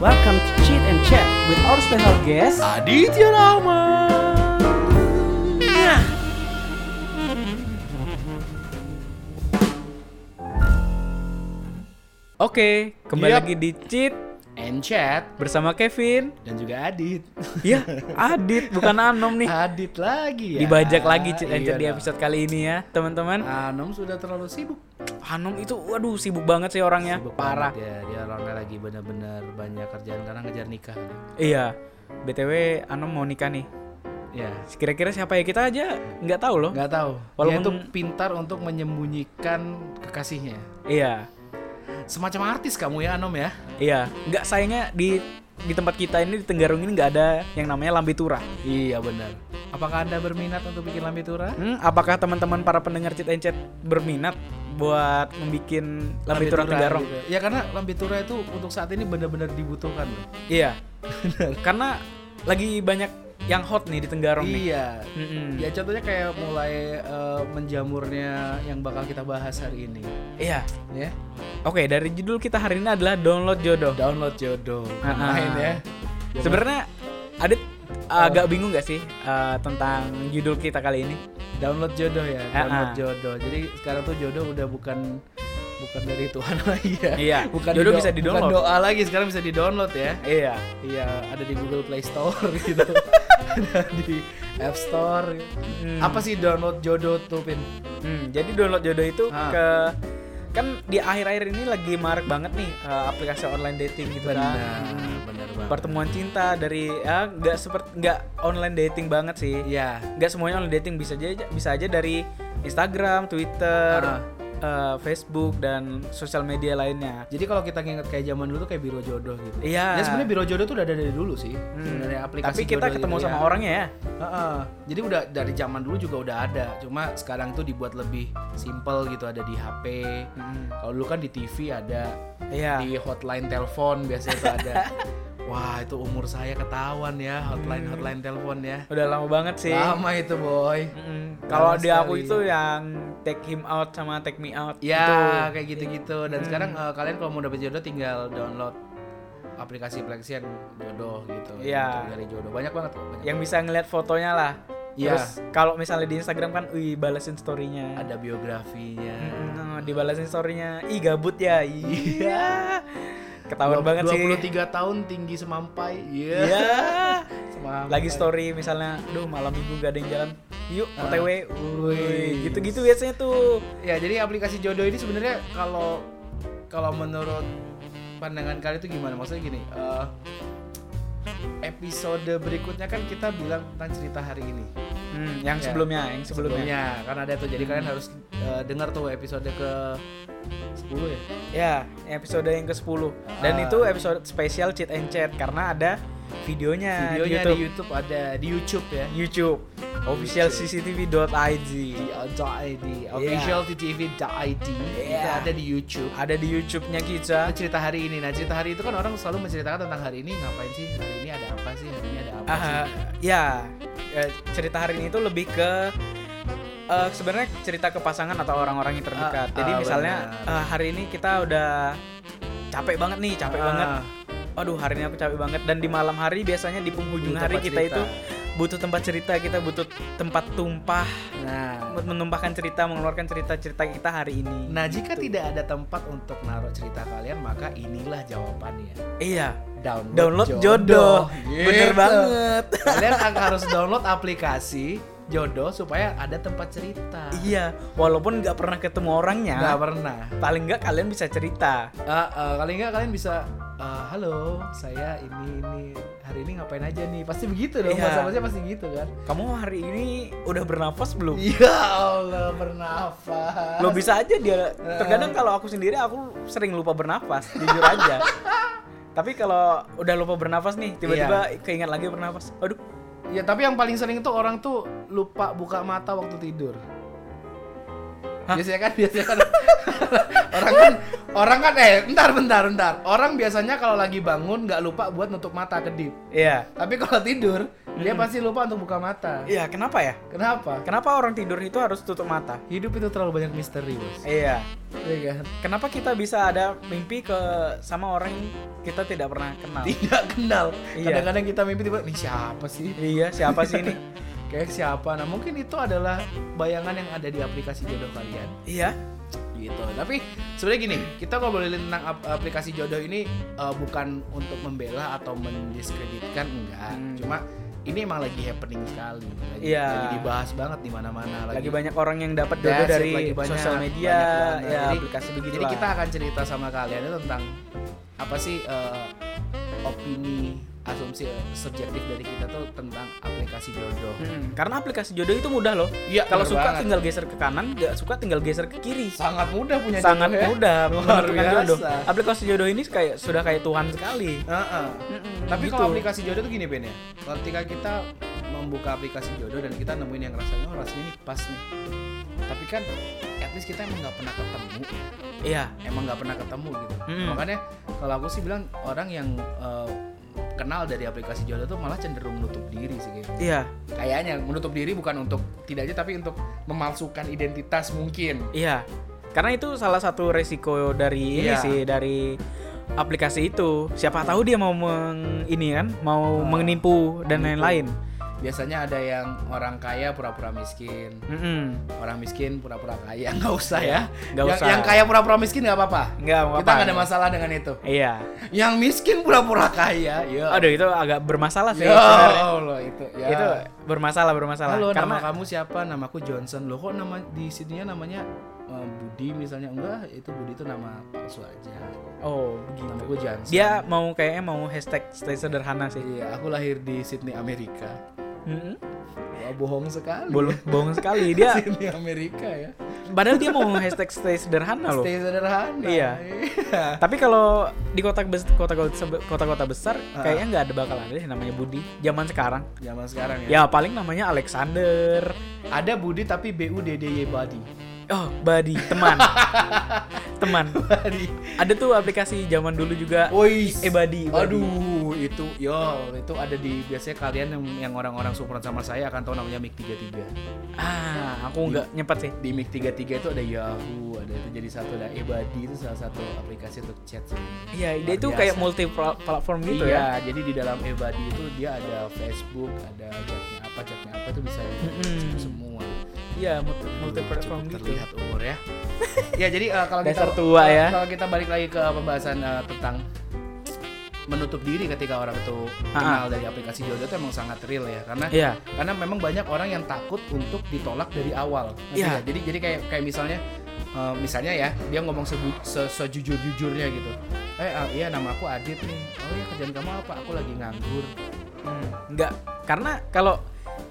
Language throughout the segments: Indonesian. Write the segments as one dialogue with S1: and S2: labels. S1: Welcome to Cheat and Chat with our special guest.
S2: Aditya Rama.
S1: Oke, kembali
S2: Yap.
S1: lagi di Cheat
S2: And chat
S1: bersama Kevin.
S2: dan juga Adit.
S1: Ya, Adit bukan Anom nih.
S2: Adit lagi ya.
S1: Dibajak lagi Cheat and
S2: Iya
S1: Chat di
S2: dong.
S1: episode kali ini ya, teman-teman.
S2: Anom sudah terlalu sibuk.
S1: Anom itu waduh sibuk banget sih orangnya.
S2: Sibuk
S1: Parah.
S2: banget Ya, dia orangnya lagi bener-bener banyak kerjaan karena ngejar nikah.
S1: Iya. BTW Anom mau nikah nih.
S2: Ya.
S1: Kira-kira siapa ya kita aja nggak tahu loh.
S2: Nggak tahu.
S1: Oh. Walaupun-
S2: Dia tuh pintar untuk menyembunyikan kekasihnya.
S1: Iya.
S2: Semacam artis kamu ya Anom ya.
S1: Iya, nggak sayangnya di di tempat kita ini di Tenggarong ini nggak ada yang namanya lambe turah.
S2: Iya benar. Apakah anda berminat untuk bikin lambe tura?
S1: Hmm, apakah teman-teman para pendengar Chat and Chat berminat buat membuat lambe turah
S2: Tura
S1: Tenggarong?
S2: gitu. Ya karena lambe tura itu untuk saat ini benar-benar dibutuhkan. loh.
S1: Iya. Karena lagi banyak yang hot nih di Tenggarong nih.
S2: Iya.
S1: Mm-mm.
S2: Ya contohnya kayak mulai eh, menjamurnya yang bakal kita bahas hari ini,
S1: Iya.
S2: ya.
S1: Oke, dari judul kita hari ini adalah download jodoh.
S2: Download jodoh,
S1: Ah, ah.
S2: main ya. Jangan-
S1: Sebenarnya Adit agak bingung gak sih eh, tentang judul kita kali ini?
S2: download jodoh ya,
S1: Ah,
S2: download
S1: ah.
S2: jodoh. Jadi sekarang tuh jodoh udah bukan bukan dari Tuhan lagi ya.
S1: Iya,
S2: Bukan
S1: jodoh
S2: dido-
S1: bisa di-download.
S2: bukan doa lagi sekarang bisa di-download ya.
S1: Iya.
S2: Iya, ada di Google Play Store gitu. ada di App Store.
S1: Hmm.
S2: Apa sih download jodoh tuh, Pin?
S1: Hmm, jadi download jodoh itu
S2: Ah.
S1: ke kan di akhir-akhir ini lagi marak banget nih eh, aplikasi online dating gitu kan. Hmm.
S2: benar banget.
S1: Pertemuan cinta dari ya nggak seperti nggak online dating banget sih.
S2: Iya.
S1: Nggak semuanya online dating bisa aja bisa aja dari Instagram, Twitter,
S2: Ah.
S1: eh, Facebook dan sosial media lainnya.
S2: Jadi kalau kita nginget kayak zaman dulu tuh kayak biro jodoh gitu.
S1: Iya.
S2: Ya sebenarnya biro jodoh tuh udah ada dari dulu sih.
S1: Hmm.
S2: Sebenarnya aplikasi.
S1: Tapi kita
S2: jodoh
S1: ketemu
S2: gitu
S1: sama
S2: ya.
S1: orangnya ya.
S2: Heeh. Jadi udah dari zaman dulu juga udah ada. Cuma sekarang tuh dibuat lebih simple gitu ada di HP.
S1: Hmm.
S2: Kalau dulu kan di TV ada,
S1: Iya.
S2: di hotline telepon biasanya tuh ada. Wah itu umur saya ketahuan ya hotline hotline telepon ya.
S1: Udah lama banget Hmm. sih.
S2: Lama itu boy.
S1: Mm-mm. Kalau
S2: Lama
S1: di aku
S2: sekali.
S1: itu yang take him out sama take me out gitu. itu.
S2: Ya kayak gitu-gitu. Dan
S1: Hmm.
S2: sekarang eh, kalian kalau mau dapet jodoh tinggal download aplikasi-aplikasi yang jodoh gitu.
S1: Iya.
S2: Untuk Cari jodoh banyak banget kok. Banyak.
S1: yang bisa ngeliat fotonya lah.
S2: Iya.
S1: Terus kalau misalnya di Instagram kan, wih balasin storynya.
S2: Ada biografinya.
S1: Mm, dibalasin storynya, ih gabut ya, iya. Ketahuan banget sih.
S2: 23 tahun tinggi semampai. Iya.
S1: Iya.
S2: Semampai.
S1: Lagi story misalnya, duh malam minggu gak ada yang jalan. Yuk,
S2: Ah.
S1: OTW.
S2: Wih.
S1: Wih, gitu-gitu biasanya tuh.
S2: Ya, jadi aplikasi jodoh ini sebenarnya kalau kalau menurut pandangan kalian itu gimana? Maksudnya gini, eh, episode berikutnya kan kita bilang tentang cerita hari ini.
S1: Hmm, yang
S2: Ya.
S1: sebelumnya, yang sebelumnya.
S2: Sebelumnya kan ada tuh. Jadi kalian harus eh, dengar tuh episode ke 10 ya.
S1: Ya, episode yang ke-10. Dan
S2: Ah.
S1: itu episode spesial Cheat and Chat karena ada videonya, Eh, di
S2: Videonya di
S1: YouTube.
S2: YouTube ada di YouTube ya.
S1: YouTube. Official CCTV.id.
S2: Di .id, official ttv.id itu
S1: Yeah.
S2: ada di YouTube.
S1: ada di YouTube-nya kita.
S2: Nah, cerita hari ini. Nah, cerita hari itu kan orang selalu menceritakan tentang hari ini ngapain sih? Hari ini ada apa sih? Hari ini ada apa
S1: Ah,
S2: sih?
S1: ya, eh, cerita hari ini itu lebih ke eh, sebenarnya cerita ke pasangan atau orang-orang yang terdekat.
S2: Ah,
S1: Jadi
S2: ah,
S1: misalnya
S2: benar.
S1: eh, hari ini kita udah capek banget nih, capek
S2: Ah.
S1: banget. Aduh, hari ini aku capek banget dan di malam hari biasanya di penghujung
S2: Butuh
S1: hari
S2: tempat
S1: kita
S2: cerita.
S1: itu butuh tempat cerita, kita butuh tempat tumpah
S2: Nah,
S1: buat menumpahkan cerita, mengeluarkan cerita-cerita kita hari ini. Gitu.
S2: nah jika tidak ada tempat untuk naruh cerita kalian, maka inilah jawabannya.
S1: iya,
S2: Download,
S1: download jodoh. Bener
S2: Gitu.
S1: banget.
S2: Kalian akan harus download aplikasi jodoh supaya ada tempat cerita.
S1: iya, walaupun nggak pernah ketemu orangnya.
S2: Nggak pernah.
S1: paling nggak kalian bisa cerita
S2: Ah, ah, kali nggak kalian bisa ah, halo saya ini ini hari ini ngapain aja nih pasti begitu dong
S1: Iya.
S2: bahasa bahasanya pasti gitu kan
S1: kamu hari ini udah bernafas belum
S2: ya Allah bernafas
S1: lo bisa aja dia terkadang kalau aku sendiri aku sering lupa bernafas jujur aja tapi kalau udah lupa bernafas nih tiba-tiba
S2: Iya.
S1: keingat lagi bernafas aduh
S2: ya tapi yang paling sering tuh orang tuh lupa buka mata waktu tidur biasanya kan biasanya kan orang kan orang kan eh bentar bentar bentar orang biasanya kalau lagi bangun nggak lupa buat nutup mata kedip
S1: iya
S2: tapi kalau tidur Dia pasti lupa untuk buka mata.
S1: Iya, kenapa ya?
S2: Kenapa?
S1: Kenapa orang tidur itu harus tutup mata?
S2: Hidup itu terlalu banyak misteri, Bos.
S1: Iya.
S2: Iya kan?
S1: Kenapa kita bisa ada mimpi ke sama orang yang kita tidak pernah kenal?
S2: Tidak kenal.
S1: Iya.
S2: Kadang-kadang kita mimpi tiba ini siapa sih?
S1: iya, siapa sih ini?
S2: Kayak siapa? Nah, mungkin itu adalah bayangan yang ada di aplikasi jodoh kalian.
S1: Iya.
S2: gitu tapi sebenarnya gini kita ngobrolin tentang ap- aplikasi jodoh ini eh, bukan untuk membela atau mendiskreditkan enggak
S1: Hmm.
S2: cuma ini emang lagi happening sekali lagi,
S1: Iya.
S2: lagi dibahas banget di mana-mana
S1: Lagi banyak orang yang dapat jodoh
S2: That's it,
S1: dari
S2: Iya, lagi banyak-
S1: sosial media,
S2: banyak banget.
S1: ya
S2: Jadi-
S1: aplikasi begitu.
S2: jadi kita akan cerita sama kalian itu tentang apa sih eh, opini asumsi eh, subjektif dari kita tuh tentang aplikasi jodoh
S1: Hmm, karena aplikasi jodoh itu mudah loh.
S2: Iya,
S1: Kalau
S2: bener
S1: suka
S2: banget.
S1: tinggal geser ke kanan, nggak suka tinggal geser ke kiri.
S2: sangat mudah punya
S1: Sangat
S2: jodoh ya.
S1: mudah
S2: luar
S1: menentukan
S2: biasa
S1: jodoh. Aplikasi jodoh ini kayak sudah kayak Tuhan sekali.
S2: Heeh.
S1: Mm-mm,
S2: Tapi
S1: gitu.
S2: kalau aplikasi jodoh tuh gini Ben ya. Ketika kita membuka aplikasi jodoh dan kita nemuin yang rasanya oh, rasanya ini pas nih. Tapi kan at least kita emang nggak pernah ketemu,
S1: iya.
S2: emang nggak pernah ketemu gitu.
S1: Hmm.
S2: Makanya kalau aku sih bilang orang yang eh, kenal dari aplikasi jodoh tuh malah cenderung menutup diri sih kayaknya.
S1: Iya.
S2: Kayaknya menutup diri bukan untuk tidak aja tapi untuk memalsukan identitas mungkin.
S1: Iya. Karena itu salah satu resiko dari ini
S2: Iya.
S1: sih dari aplikasi itu. Siapa tahu dia mau meng ini kan,
S2: Ah.
S1: mau menipu dan lain-lain.
S2: Biasanya ada yang orang kaya pura-pura miskin,
S1: Mm-mm.
S2: orang miskin pura-pura kaya nggak usah ya
S1: Nggak
S2: yang,
S1: usah.
S2: yang kaya pura-pura miskin nggak apa-apa
S1: Nggak, nggak
S2: kita
S1: apa-apa.
S2: nggak ada masalah dengan itu
S1: Iya.
S2: yang miskin pura-pura kaya ya
S1: Aduh itu agak bermasalah sih.
S2: ya
S1: sebenarnya.
S2: Allah itu ya
S1: Itu bermasalah bermasalah.
S2: halo
S1: Karena
S2: nama kamu siapa namaku Johnson loh kok nama di sininya namanya eh, Budi misalnya enggak itu Budi itu nama palsu aja
S1: oh
S2: namaku Johnson
S1: dia mau kayaknya mau hashtag stay sederhana sih.
S2: iya aku lahir di Sydney Amerika
S1: Mm-mm.
S2: Wah, bohong sekali
S1: Bolong bohong sekali dia.
S2: Sydney Amerika ya
S1: Padahal dia mau hashtag stay sederhana loh.
S2: stay sederhana
S1: Iya.
S2: Iya.
S1: Tapi kalau di kota bes- kota-kota sebe- kota-kota besar
S2: Ah.
S1: kayaknya nggak ada bakal ada deh namanya Budi zaman sekarang.
S2: zaman sekarang
S1: Ya
S2: ya
S1: paling namanya Alexander.
S2: ada Budi tapi B U D D Y Badi
S1: Oh, Badi, teman. teman.
S2: Badi
S1: Ada tuh aplikasi zaman dulu juga.
S2: Woi,
S1: Eh, Badi, Badi.
S2: Aduh, itu yo, itu ada di biasanya kalian yang yang orang-orang seumuran sama saya akan tahu namanya Mic 33.
S1: Ah, aku
S2: Iya.
S1: nggak nyepet sih.
S2: Di Mic 33 itu ada Yahoo, ada itu jadi satu ada Ebadi itu salah satu aplikasi untuk chat.
S1: Iya, dia
S2: Luar
S1: itu
S2: biasa.
S1: kayak multi pla- platform gitu ya.
S2: iya, jadi di dalam Ebadi itu dia ada Facebook, ada chatnya apa, chatnya apa itu bisa di-
S1: Mm-mm.
S2: semua.
S1: Iya, multi, multi
S2: Cukup
S1: platform gitu.
S2: terlihat umur ya. ya jadi eh, kalau
S1: Dasar
S2: kita
S1: tua
S2: kalau-
S1: ya.
S2: Kalau kita balik lagi ke pembahasan eh, tentang menutup diri ketika orang itu
S1: Ah,
S2: kenal dari aplikasi jodoh itu emang sangat real ya karena
S1: Iya.
S2: karena memang banyak orang yang takut untuk ditolak dari awal. Ngerti
S1: Iya.
S2: nggak? Jadi jadi kayak kayak misalnya eh, misalnya ya dia ngomong sebu- se- sejujur-jujurnya gitu. Eh ah, iya nama aku Adit nih. Oh iya kerjaan kamu apa? Aku lagi nganggur.
S1: Hmm, nggak. Karena kalau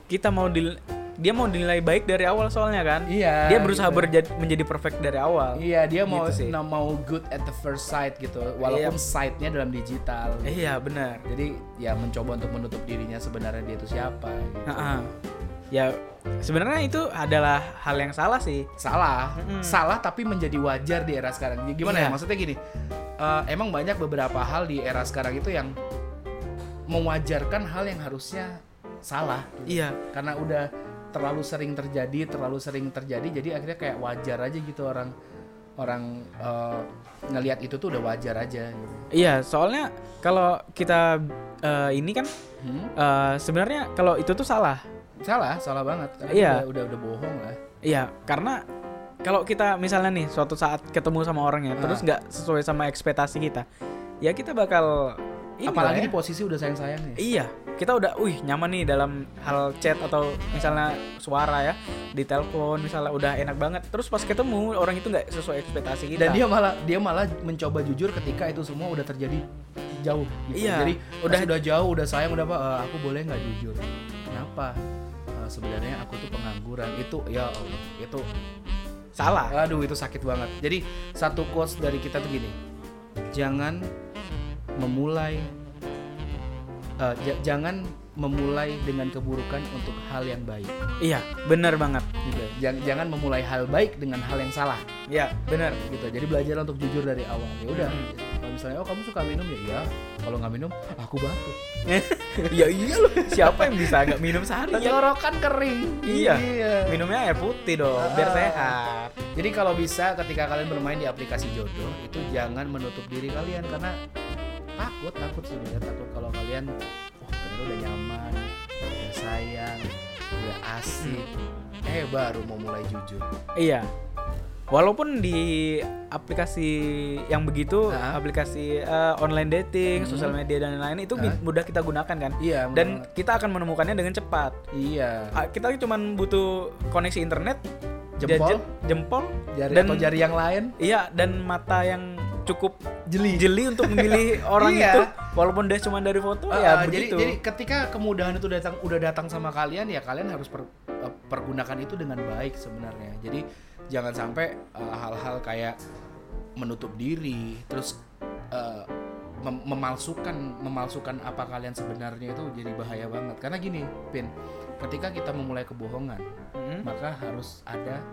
S1: kita mau dil- dia mau dinilai baik dari awal soalnya kan.
S2: Iya.
S1: Dia berusaha
S2: gitu.
S1: berjadi- menjadi perfect dari awal.
S2: Iya dia mau
S1: Gitu sih.
S2: nah, mau good at the first sight gitu walaupun
S1: Iya.
S2: sight-nya dalam digital.
S1: Iya, benar.
S2: Jadi ya mencoba untuk menutup dirinya sebenarnya dia itu siapa. gitu.
S1: Heeh. Ya sebenarnya itu adalah hal yang salah sih.
S2: Salah, salah tapi menjadi wajar di era sekarang. Gimana ya
S1: Iya.
S2: maksudnya gini? eh, emang banyak beberapa hal di era sekarang itu yang mewajarkan hal yang harusnya salah gitu.
S1: Iya.
S2: karena udah terlalu sering terjadi, terlalu sering terjadi jadi akhirnya kayak wajar aja gitu orang orang eh, ngelihat itu tuh udah wajar aja gitu.
S1: Iya, soalnya kalau kita eh, ini kan
S2: Hmm?
S1: eh, sebenarnya kalau itu tuh salah.
S2: Salah, salah banget. Karena
S1: Iya.
S2: Udah, udah udah bohong lah.
S1: Iya, karena kalau kita misalnya nih suatu saat ketemu sama orangnya
S2: Ah.
S1: terus nggak sesuai sama ekspektasi kita, ya kita bakal ini ya. lah
S2: Apalagi di posisi udah sayang-sayang ya.
S1: ya. Iya, kita udah wih nyaman nih dalam hal chat atau misalnya suara ya, di telepon misalnya udah enak banget. Terus pas ketemu orang itu nggak sesuai ekspektasi kita.
S2: Dan dia malah dia malah mencoba jujur ketika itu semua udah terjadi jauh. Gitu.
S1: Iya.
S2: Jadi udah
S1: Udah-
S2: udah jauh, udah sayang, udah apa? "Eh, aku boleh nggak jujur? Kenapa? "Eh, sebenarnya aku tuh pengangguran. Itu ya Allah, itu
S1: salah.
S2: aduh itu sakit banget. Jadi satu quotes dari kita tuh gini. Jangan memulai eh, ja- jangan memulai dengan keburukan untuk hal yang baik.
S1: Iya, benar banget.
S2: Gitu. Jangan, jangan memulai hal baik dengan hal yang salah.
S1: Iya, benar.
S2: gitu jadi belajar untuk jujur dari awal ya udah
S1: Hmm.
S2: kalau misalnya oh kamu suka minum ya iya kalau nggak minum aku batuk
S1: ya iya loh siapa yang bisa nggak minum sehari ya
S2: tenggorokan kering
S1: Iya. minumnya air putih dong biar
S2: Ah.
S1: sehat
S2: Jadi kalau bisa ketika kalian bermain di aplikasi jodoh itu jangan menutup diri kalian karena takut takut sebenarnya takut kalau kalian wah ternyata udah nyaman, udah sayang, udah asik.
S1: Hmm.
S2: Eh baru mau mulai jujur.
S1: iya walaupun di aplikasi yang begitu
S2: Ah.
S1: aplikasi eh, online dating
S2: Mhm.
S1: sosial media dan lain-lain itu
S2: Ah.
S1: mudah kita gunakan kan
S2: Iya.
S1: dan
S2: bener.
S1: kita akan menemukannya dengan cepat
S2: iya.
S1: Ah, kita cuman butuh koneksi internet
S2: Jempol,
S1: gadget, jempol
S2: jari
S1: dan-
S2: atau jari yang lain.
S1: iya dan mata yang cukup
S2: Jeli.
S1: jeli untuk memilih orang
S2: Iya.
S1: itu walaupun dia cuma dari foto
S2: Uh,
S1: ya
S2: uh, jadi,
S1: begitu
S2: jadi ketika kemudahan itu datang udah datang sama kalian ya kalian harus per- uh, pergunakan itu dengan baik sebenarnya. Jadi jangan sampai uh, hal-hal kayak menutup diri terus uh, mem- memalsukan memalsukan apa kalian sebenarnya itu jadi bahaya banget. Karena gini, Pin, ketika kita memulai kebohongan,
S1: Mhm.
S2: maka harus ada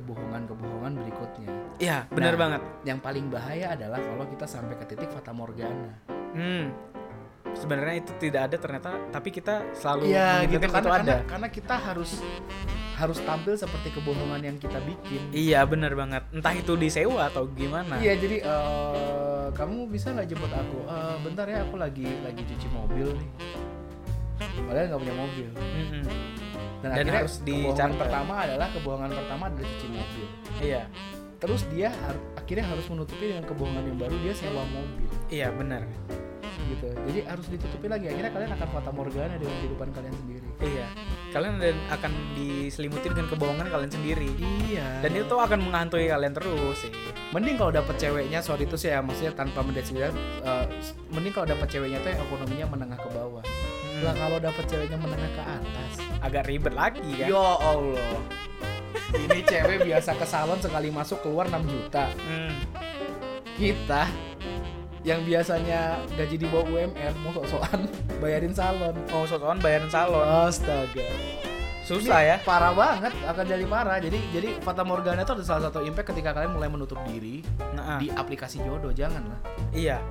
S2: kebohongan-kebohongan berikutnya.
S1: iya benar
S2: Nah.
S1: banget
S2: Yang paling bahaya adalah kalau kita sampai ke titik fata morgana.
S1: Hmm. Sebenarnya itu tidak ada ternyata, tapi kita selalu
S2: Iya gitu
S1: menginginkan kan,
S2: karena,
S1: itu ada.
S2: karena karena kita harus harus tampil seperti kebohongan yang kita bikin.
S1: Iya, benar banget. Entah itu disewa atau gimana.
S2: Iya jadi eh, kamu bisa nggak jemput aku? Eh, bentar ya aku lagi lagi cuci mobil nih. Padahal nggak punya mobil.
S1: Mm-mm.
S2: Dan,
S1: Dan
S2: akhirnya
S1: harus
S2: kebohongan
S1: dicari.
S2: pertama adalah kebohongan pertama adalah cuci mobil.
S1: Iya.
S2: Terus dia har- akhirnya harus menutupi dengan kebohongan yang baru dia sewa mobil
S1: Iya, benar.
S2: gitu. Jadi harus ditutupi lagi. Akhirnya kalian akan fata morgana dengan kehidupan kalian sendiri.
S1: Iya. Kalian dan akan diselimuti dengan kebohongan kalian sendiri.
S2: Iya.
S1: Dan itu akan menghantui kalian terus sih.
S2: mending kalau dapet ceweknya sorry itu sih ya maksudnya tanpa mendeskripsikan eh, mending kalau dapet ceweknya tuh yang ekonominya menengah ke bawah
S1: Hmm,
S2: lah kalau dapet ceweknya menengah ke atas
S1: Agak ribet lagi kan.
S2: ya Allah ini cewek biasa ke salon sekali masuk keluar 6 juta
S1: Hmm.
S2: kita yang biasanya gaji di bawah UMR mau sok-sokan bayarin salon
S1: Oh, sosokan bayaran salon.
S2: astaga
S1: Susah ya.
S2: parah banget akan jadi parah jadi jadi fata morgana itu ada salah satu impact ketika kalian mulai menutup diri
S1: Nah,
S2: di aplikasi jodoh janganlah
S1: Iya.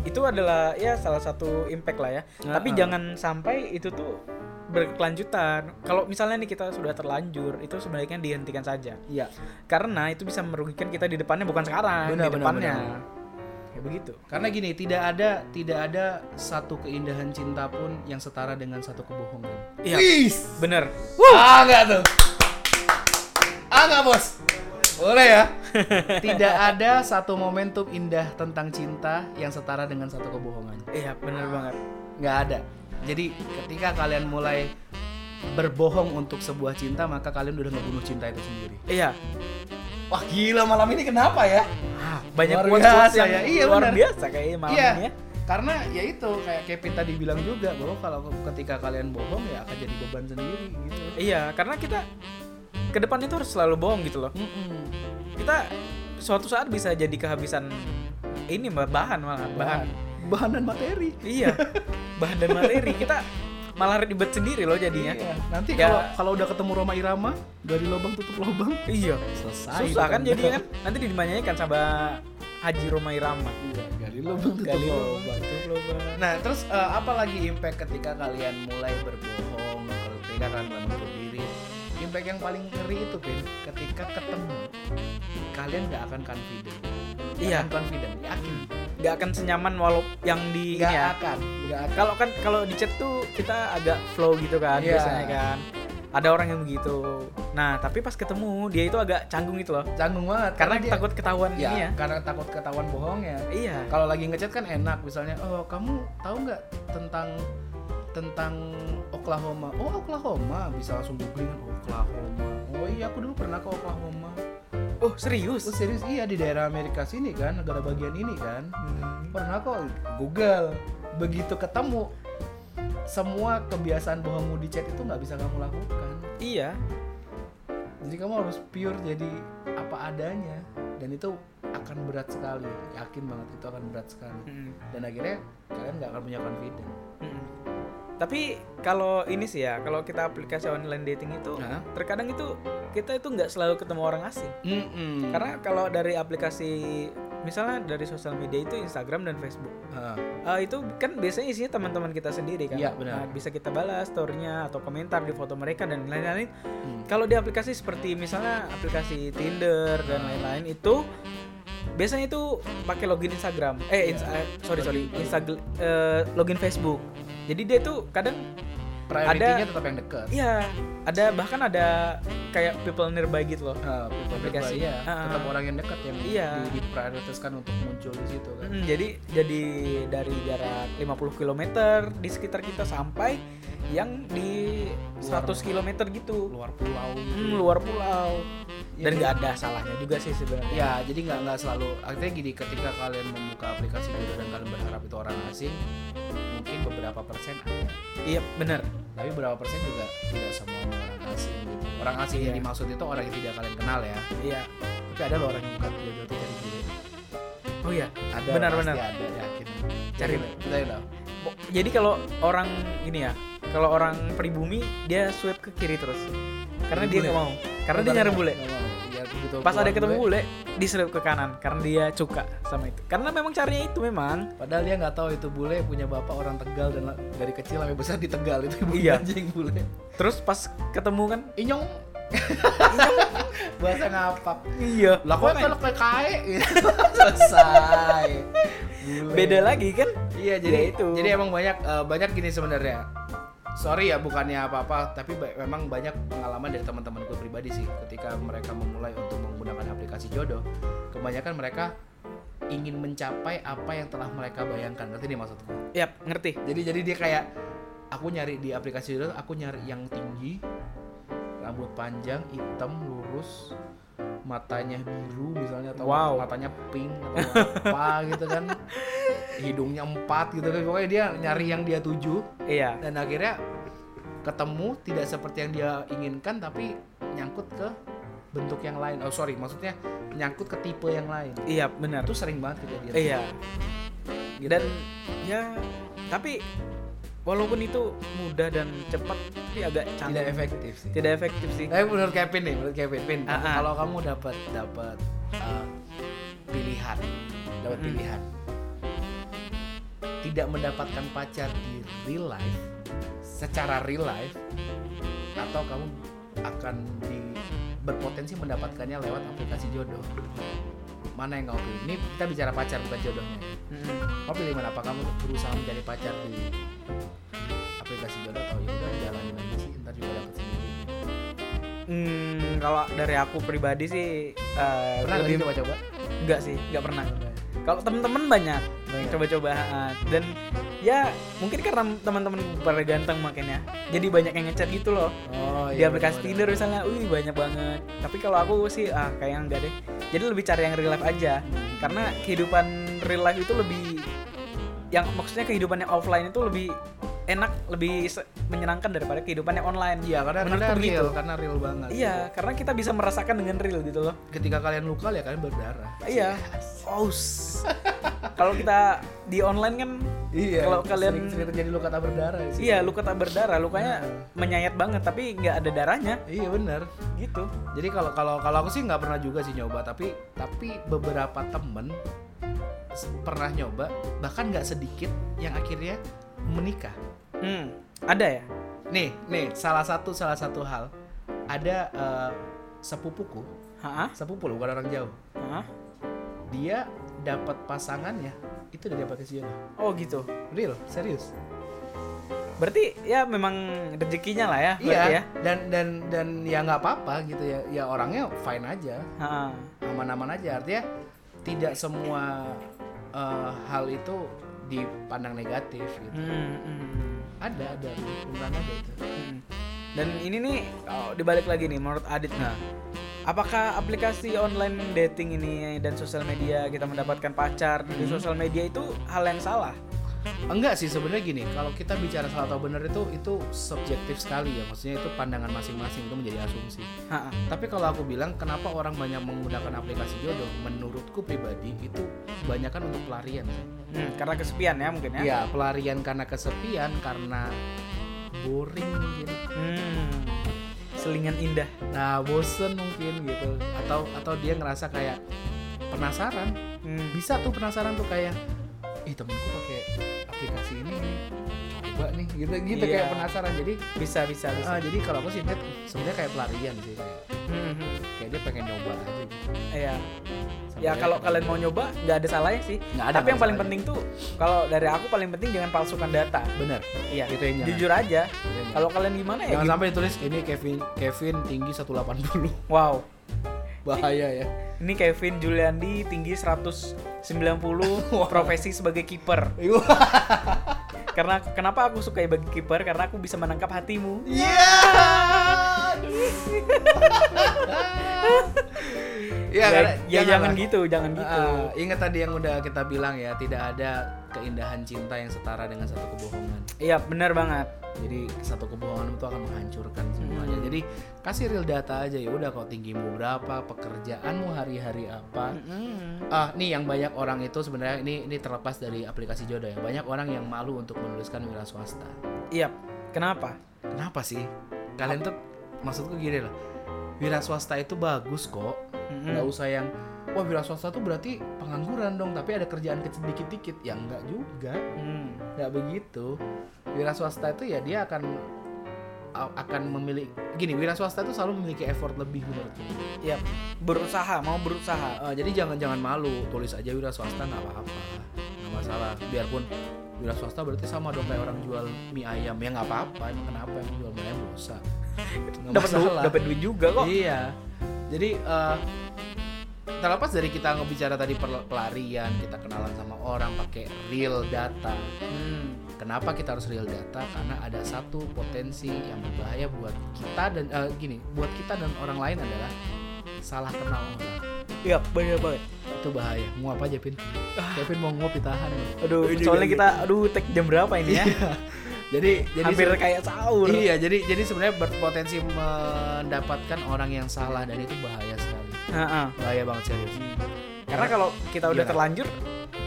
S1: Itu adalah ya salah satu impact lah ya.
S2: Heeh.
S1: Tapi jangan sampai itu tuh berkelanjutan. Kalau misalnya nih kita sudah terlanjur, itu sebaiknya dihentikan saja.
S2: iya
S1: Karena itu bisa merugikan kita di depannya bukan sekarang, di
S2: Benar, benar,
S1: depannya.
S2: benar.
S1: Ya begitu.
S2: Karena gini, tidak ada tidak ada satu keindahan cinta pun yang setara dengan satu kebohongan.
S1: Iya. Bener.
S2: Ah, enggak tuh. Ah, enggak, Bos. Boleh ya? tidak ada satu momentum indah tentang cinta yang setara dengan satu kebohongan.
S1: Iya, bener banget.
S2: Nggak ada. Jadi, ketika kalian mulai berbohong untuk sebuah cinta, maka kalian udah ngebunuh cinta itu sendiri.
S1: Iya.
S2: Wah, gila malam ini kenapa ya?
S1: Ah, banyak
S2: Luar
S1: quotes-quotes
S2: biasa
S1: yang
S2: ya. Iya,
S1: luar
S2: benar.
S1: biasa kayaknya malam
S2: Iya.
S1: ini ya.
S2: Karena ya itu kayak Kevin tadi bilang juga bahwa kalau ketika kalian bohong ya akan jadi beban sendiri gitu.
S1: Iya, karena kita ke depannya tuh harus selalu bohong gitu loh. Kita suatu saat bisa jadi kehabisan ini mbak bahan malah bahan
S2: bahan dan materi.
S1: Iya. Bahan dan materi kita malah ribet sendiri loh jadinya.
S2: Iya. Nanti
S1: Ya.
S2: kalau kalau udah ketemu Roma Irama dari lubang tutup lubang
S1: Iya.
S2: selesai.
S1: Susah kan
S2: itu
S1: jadi kan nanti dimanyakan sama Haji Roma Irama.
S2: Iya, gali lubang tutup
S1: Gali
S2: lubang.
S1: lubang, tutup lubang.
S2: Nah terus eh, apa lagi impact ketika kalian mulai berbohong, ketika kalian menutup diri? Impact yang paling ngeri itu Pin, ketika ketemu kalian nggak akan confident. Nggak
S1: Iya.
S2: akan confident, yakin.
S1: Gak akan senyaman walau yang di ini
S2: Nggak
S1: ya.
S2: akan, nggak akan.
S1: Kalau kan kalau di chat tuh kita agak flow gitu kan
S2: Iya.
S1: biasanya kan. Ada orang yang begitu. Nah, tapi pas ketemu dia itu agak canggung gitu loh.
S2: Canggung banget
S1: Karena
S2: dia-
S1: takut ketahuan
S2: ya,
S1: ini ya.
S2: karena takut ketahuan bohong ya.
S1: Iya.
S2: Kalau lagi ngechat kan enak misalnya, oh kamu tahu nggak tentang tentang Oklahoma? Oh Oklahoma bisa langsung googling Oklahoma. Oh iya aku dulu pernah ke Oklahoma.
S1: Oh,
S2: Oh
S1: serius.
S2: serius iya di daerah Amerika sini kan, negara bagian ini kan.
S1: Hmm.
S2: Pernah kok Google. Begitu ketemu semua kebiasaan bohongmu di chat itu nggak bisa kamu lakukan.
S1: Iya.
S2: Jadi kamu harus pure jadi apa adanya dan itu akan berat sekali. Yakin banget itu akan berat sekali.
S1: Mm.
S2: Dan akhirnya kalian nggak akan punya confidence.
S1: Mm. Tapi kalau ini sih ya, kalau kita aplikasi online dating itu,
S2: Hah?
S1: terkadang itu kita itu nggak selalu ketemu orang asing.
S2: Mm-mm.
S1: Karena kalau dari aplikasi misalnya dari sosial media itu Instagram dan Facebook
S2: Heeh.
S1: Eh, itu kan biasanya isinya teman-teman kita sendiri kan
S2: Iya, benar.
S1: Nah, bisa kita balas story-nya atau komentar di foto mereka dan lain-lain
S2: Hmm.
S1: kalau di aplikasi seperti misalnya aplikasi Tinder
S2: Nah.
S1: dan lain-lain itu biasanya itu pakai login Instagram
S2: Iya.
S1: eh ins- eh, sorry sorry Instagram login Facebook jadi dia tuh kadang
S2: Priority-nya tetap yang dekat.
S1: ya ada bahkan ada kayak people nearby gitu loh
S2: Eh, people
S1: Aplikasi.
S2: nearby, ya.
S1: Ah.
S2: tetap orang yang dekat yang
S1: Iya.
S2: di- diprioritaskan untuk muncul di situ kan.
S1: Mm, jadi jadi dari jarak 50 km di sekitar kita sampai yang di 100 km gitu.
S2: Luar pulau gitu.
S1: Mm, luar pulau. Dan
S2: Iya.
S1: nggak ada salahnya juga sih sebenarnya.
S2: Ya, jadi nggak nggak selalu. Artinya gini, ketika kalian membuka aplikasi Tinder dan kalian berharap itu orang asing, mungkin beberapa persen ada.
S1: Iya, bener
S2: Tapi berapa persen juga tidak semua orang asing gitu. Orang asing yang
S1: Iya.
S2: dimaksud itu orang yang tidak kalian kenal ya.
S1: Iya.
S2: Tapi ada loh orang yang buka jodoh tuh cari gue.
S1: Oh iya.
S2: gitu. Ada
S1: Benar,
S2: pasti
S1: benar.
S2: Ada ya, gitu. Iya. yakin.
S1: Cari.
S2: Jadi, Cari lah.
S1: Bo- Jadi kalau orang ini ya, kalau orang pribumi dia swipe ke kiri terus. Karena
S2: Jadi
S1: dia
S2: bule.
S1: nggak mau. Karena dia
S2: Bentar,
S1: nyari bule.
S2: bentar, bentar. Biar begitu
S1: Pas ada
S2: keluar
S1: ketemu
S2: bule,
S1: bule, di swipe ke kanan karena dia suka sama itu. Karena memang carinya itu memang.
S2: Padahal dia nggak tahu itu bule punya bapak orang Tegal dan la- dari kecil sampai besar di Tegal itu ibu
S1: Iya.
S2: anjing bule.
S1: Terus pas ketemu kan,
S2: Inyong. Bahasa ngapak.
S1: iya.
S2: Lah kok
S1: makanya.
S2: kalau PKI gitu. selesai. Bule.
S1: beda lagi kan
S2: Iya jadi
S1: Ya itu.
S2: Jadi emang banyak eh, banyak gini sebenarnya. Sorry ya bukannya apa-apa tapi ba- memang banyak pengalaman dari teman-temanku pribadi sih ketika mereka memulai untuk menggunakan aplikasi jodoh. Kebanyakan mereka ingin mencapai apa yang telah mereka bayangkan. Ngerti nih maksudku?
S1: Yap, ngerti
S2: Jadi jadi dia kayak aku nyari di aplikasi itu aku nyari yang tinggi, rambut panjang, hitam, lurus, matanya biru misalnya atau
S1: Wow.
S2: matanya pink atau apa gitu kan. Hidungnya empat gitu kan. Pokoknya dia nyari yang dia tuju
S1: iya
S2: dan akhirnya ketemu tidak seperti yang dia inginkan tapi nyangkut ke bentuk yang lain. Oh sorry, maksudnya nyangkut ke tipe yang lain.
S1: iya benar
S2: Itu sering banget kejadian.
S1: iya
S2: Gitu.
S1: dan ya tapi walaupun itu mudah dan cepat tapi agak canggih
S2: tidak efektif Eh? sih.
S1: tidak efektif sih
S2: Tapi menurut Kevin nih, menurut Kevin, Vin,
S1: Ah, ah.
S2: kalau kamu dapat dapat uh, pilihan, dapat
S1: Mm.
S2: pilihan, tidak mendapatkan pacar di real life, secara real life, atau kamu akan di berpotensi mendapatkannya lewat aplikasi jodoh. Mana yang kamu pilih? Ini kita bicara pacar bukan jodohnya.
S1: Mm-mm.
S2: Kamu pilih mana? Apa kamu berusaha mencari pacar di aplikasi jodoh atau ya udah jalanin aja sih, ntar juga dapat sendiri.
S1: Hmm, kalau dari aku pribadi sih eh,
S2: Pernah nggak
S1: lebih
S2: sih coba-coba?
S1: enggak sih enggak pernah kalau temen-temen banyak
S2: Banyak.
S1: coba-coba ah. dan ya mungkin karena teman-teman pada ganteng makanya jadi banyak yang ngechat gitu loh
S2: Oh,
S1: di aplikasi Tinder misalnya, wih banyak banget. Tapi kalau aku sih ah kayaknya enggak deh. Jadi lebih cari yang real life aja. Karena kehidupan real life itu lebih yang maksudnya kehidupan yang offline itu lebih enak, lebih se- menyenangkan daripada kehidupan yang online.
S2: Iya, karena karena
S1: Menurutku
S2: real,
S1: begitu.
S2: karena real banget.
S1: Iya, karena kita bisa merasakan dengan real gitu loh.
S2: Ketika kalian luka ya kalian berdarah.
S1: Iya. Aus. kalau kita di online kan
S2: Iya.
S1: Kalau kalian-
S2: sering, sering terjadi luka tak berdarah di situ.
S1: iya luka tak berdarah, lukanya menyayat banget tapi nggak ada darahnya
S2: Iya benar.
S1: gitu.
S2: Jadi kalau kalau kalau aku sih nggak pernah juga sih nyoba, tapi tapi beberapa temen s- pernah nyoba, bahkan nggak sedikit yang akhirnya menikah.
S1: Hmm, ada ya?
S2: Nih, nih salah satu salah satu hal ada eh, sepupuku,
S1: Hah?
S2: sepupu loh, bukan orang jauh.
S1: Hah?
S2: Dia dapat pasangannya itu dari aplikasi jodoh.
S1: Oh gitu.
S2: Real, serius.
S1: Berarti ya memang rezekinya lah ya,
S2: Iya.
S1: berarti ya.
S2: Dan dan dan ya nggak apa-apa gitu ya. Ya orangnya fine aja,
S1: Ha.
S2: aman-aman aja. Artinya tidak semua eh, hal itu dipandang negatif gitu.
S1: Hmm, hmm,
S2: Ada ada beneran ada itu.
S1: hmm. Dan ini nih oh, dibalik lagi nih menurut Adit nih. Apakah aplikasi online dating ini dan sosial media kita mendapatkan pacar di sosial media itu hal yang salah?
S2: Enggak sih sebenarnya gini, kalau kita bicara salah atau benar itu itu subjektif sekali ya. Maksudnya itu pandangan masing-masing itu menjadi asumsi.
S1: Ha.
S2: Tapi kalau aku bilang kenapa orang banyak menggunakan aplikasi jodoh, menurutku pribadi itu banyakkan untuk pelarian sih.
S1: Hmm, karena kesepian ya mungkin ya.
S2: Ya pelarian karena kesepian karena boring mungkin.
S1: Hmm. Selingan indah.
S2: Nah bosen mungkin gitu atau atau dia ngerasa kayak penasaran
S1: Hmm.
S2: bisa tuh penasaran tuh kayak ih temenku pakai aplikasi ini nih, coba nih gitu gitu
S1: Iya.
S2: kayak penasaran jadi
S1: bisa bisa bisa
S2: ah, jadi kalau aku sih lihat sebenarnya kayak pelarian sih kayak,
S1: Hmm, hmm.
S2: kayak dia pengen nyoba aja gitu.
S1: Iya.
S2: Sampai
S1: ya kalau
S2: akhirnya-
S1: kalian mau nyoba nggak ada salahnya sih
S2: Nggak ada,
S1: tapi yang
S2: nggak
S1: paling
S2: ada
S1: penting tuh kalau dari aku paling penting jangan palsukan data
S2: bener
S1: iya
S2: Itu yang jangan.
S1: jujur aja
S2: yang jangan.
S1: kalau kalian gimana ya
S2: jangan
S1: gitu.
S2: sampai ditulis ini Kevin Kevin tinggi 180
S1: wow
S2: bahaya ya
S1: ini Kevin Juliandi tinggi 190 profesi sebagai kiper karena kenapa aku suka sebagai kiper karena aku bisa menangkap hatimu
S2: Iya.
S1: ya,
S2: Iya, karena-
S1: ya jangan
S2: janganlah.
S1: gitu jangan gitu
S2: Ah, ingat tadi yang udah kita bilang ya, tidak ada keindahan cinta yang setara dengan satu kebohongan.
S1: iya benar banget
S2: Jadi satu kebohongan itu akan menghancurkan semuanya.
S1: Hmm.
S2: Jadi kasih real data aja ya udah kalau tinggimu berapa, pekerjaanmu hari-hari apa.
S1: Hmm.
S2: Ah, nih yang banyak orang itu sebenarnya ini ini terlepas dari aplikasi jodoh ya. Banyak orang yang malu untuk menuliskan wira swasta.
S1: iya kenapa
S2: Kenapa sih? Kalian tuh maksudku gini loh. Wira swasta itu bagus kok.
S1: Mm-mm.
S2: Nggak usah yang wah wira swasta tuh berarti pengangguran dong, tapi ada kerjaan kecil dikit-dikit. Ya enggak juga.
S1: Hmm.
S2: Enggak begitu. Wira swasta itu ya dia akan a- akan memiliki gini, wira swasta itu selalu memiliki effort lebih menurutku.
S1: Iya, berusaha, mau berusaha.
S2: Eh, jadi jangan-jangan malu, tulis aja wira swasta nggak apa-apa. Nggak masalah. Biarpun wira swasta berarti sama dong kayak orang jual mie ayam. Ya nggak apa-apa, emang kenapa emang jual mie ayam dosa. Nggak
S1: Dapat duit, dapat duit juga kok.
S2: Iya. Jadi eh, terlepas dari kita ngebicara tadi per- pelarian, kita kenalan sama orang pakai real data.
S1: Hmm.
S2: Kenapa kita harus real data? Karena ada satu potensi yang berbahaya buat kita dan eh, gini, buat kita dan orang lain adalah salah kenal orang.
S1: Iya, benar banget.
S2: Itu bahaya. Nguap aja, Pin.
S1: Ah.
S2: Kevin mau nguap ditahan.
S1: Aduh,
S2: Ini
S1: soalnya
S2: juga.
S1: kita aduh tek jam berapa ini ya?
S2: Jadi jadi
S1: Hampir
S2: se-
S1: kayak sahur.
S2: Iya, jadi jadi sebenarnya berpotensi mendapatkan orang yang salah dan itu bahaya sekali.
S1: Ha-ha.
S2: Bahaya banget serius.
S1: Karena kalau kita udah
S2: Iya.
S1: terlanjur,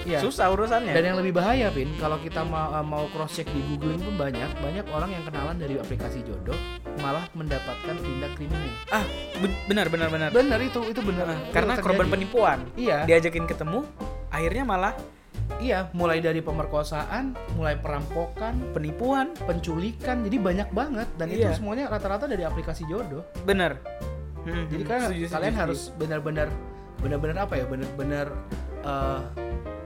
S2: Iya.
S1: susah ya. urusannya.
S2: Dan yang lebih bahaya, Pin, kalau kita mau, eh, mau cross check di Google pun banyak, banyak orang yang kenalan dari aplikasi jodoh malah mendapatkan tindak kriminal.
S1: ah, ben- benar benar benar.
S2: Benar itu, itu benar.
S1: Ha-ha.
S2: Itu
S1: Karena
S2: terjadi.
S1: korban penipuan
S2: Iya,
S1: diajakin ketemu, akhirnya malah
S2: iya, mulai dari pemerkosaan, mulai perampokan,
S1: penipuan.
S2: penculikan, jadi banyak banget dan itu
S1: Iya.
S2: semuanya rata-rata dari aplikasi jodoh.
S1: Bener. Hmm,
S2: Jadi
S1: hmm.
S2: kan
S1: Setuju, setuju,
S2: kalian
S1: setuju.
S2: harus benar-benar benar-benar apa ya? Benar-benar eh,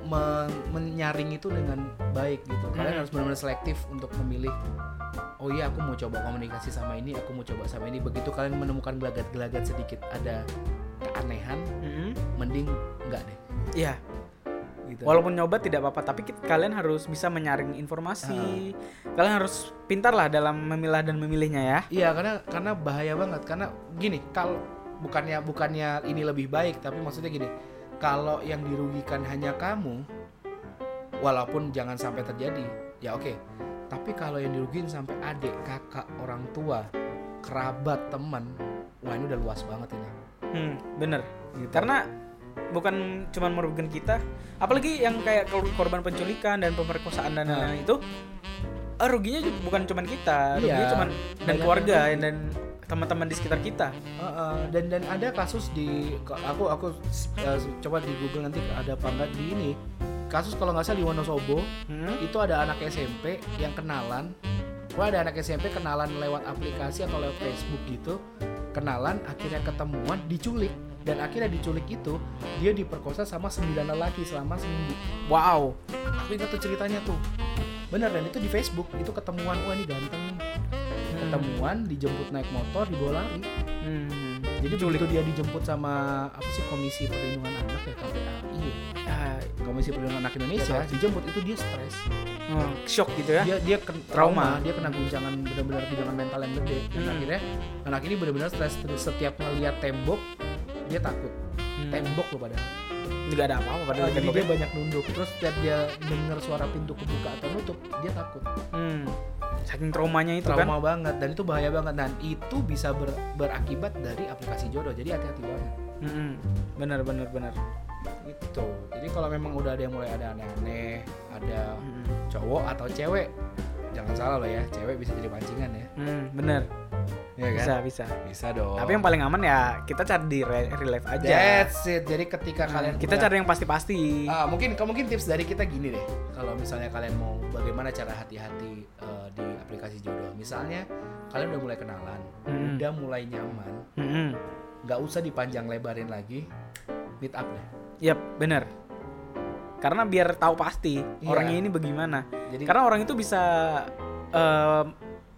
S2: men- menyaring itu dengan baik gitu. Kalian
S1: Hmm.
S2: harus benar-benar selektif untuk memilih oh iya aku mau coba komunikasi sama ini, aku mau coba sama ini. Begitu kalian menemukan gelagat-gelagat sedikit ada keanehan,
S1: Hmm.
S2: mending enggak deh
S1: Iya,
S2: gitu.
S1: walaupun nyoba tidak apa-apa, tapi kit- kalian harus bisa menyaring informasi. Kalian harus pintar lah dalam memilah dan memilihnya ya.
S2: Iya karena karena bahaya banget karena gini kalau bukannya bukannya ini lebih baik tapi maksudnya gini kalau yang dirugikan hanya kamu walaupun jangan sampai terjadi ya oke tapi kalau yang dirugikan sampai adik kakak orang tua kerabat teman wah ini udah luas banget ini
S1: Hmm, bener.
S2: Gitu.
S1: Karena bukan cuman merugikan kita, apalagi yang kayak kor- korban penculikan dan pemerkosaan
S2: Nah.
S1: dan lain-lain itu, eh, ruginya juga bukan cuman kita, ruginya
S2: Iya,
S1: cuman dan
S2: banyak
S1: keluarga
S2: yang rugi.
S1: dan teman-teman di sekitar kita.
S2: Heeh, dan dan ada kasus di aku aku eh, coba di Google nanti ada apa enggak di ini kasus kalau nggak salah di Wonosobo
S1: Hmm?
S2: itu ada anak SMP yang kenalan Wah ada anak SMP kenalan lewat aplikasi atau lewat Facebook gitu kenalan akhirnya ketemuan diculik dan akhirnya diculik itu dia diperkosa sama sembilan lelaki selama seminggu
S1: Wow.
S2: aku ingat tuh ceritanya tuh bener dan itu di Facebook itu ketemuan wah ini ganteng nih. ketemuan dijemput naik motor dibawa lari
S1: Hmm.
S2: jadi begitu dia dijemput sama apa sih komisi perlindungan anak ya KPAI ya?
S1: Ah,
S2: komisi perlindungan anak
S1: Ya,
S2: Indonesia dijemput itu dia stres hmm.
S1: oh, shock gitu ya.
S2: dia dia ken-
S1: Trauma.
S2: trauma, dia kena guncangan benar-benar guncangan mental yang gede dan
S1: Hmm.
S2: akhirnya anak ini benar-benar stres setiap melihat tembok dia takut
S1: Hmm.
S2: Iya, tembok loh padahal
S1: Nggak ada apa-apa pada
S2: jadi dia banyak nunduk terus setiap dia dengar suara pintu kebuka atau nutup dia takut
S1: Hmm. Saking traumanya itu kan.
S2: trauma banget dan itu bahaya banget dan itu bisa ber- berakibat dari aplikasi jodoh jadi hati-hati banget
S1: Mm-mm. Hmm. Bener bener bener.
S2: gitu jadi kalau memang udah ada yang mulai ada aneh-aneh ada
S1: Mm-mm.
S2: cowok atau cewek jangan salah loh ya cewek bisa jadi pancingan ya
S1: Hmm, bener.
S2: ya kan?
S1: bisa bisa
S2: Bisa dong.
S1: tapi yang paling aman ya kita cari di re- real life aja
S2: That's it. Jadi ketika kalian
S1: Hmm, kita
S2: punya-
S1: cari yang pasti pasti
S2: Ah, mungkin mungkin tips dari kita gini deh. Kalau misalnya kalian mau bagaimana cara hati-hati eh, di aplikasi jodoh. Misalnya kalian udah mulai kenalan,
S1: Hmm.
S2: udah mulai nyaman, nggak usah dipanjang lebarin lagi. Meet up deh.
S1: Yap, bener. Karena biar tahu pasti
S2: Iya.
S1: orangnya ini bagaimana.
S2: Jadi
S1: Karena orang itu bisa eh,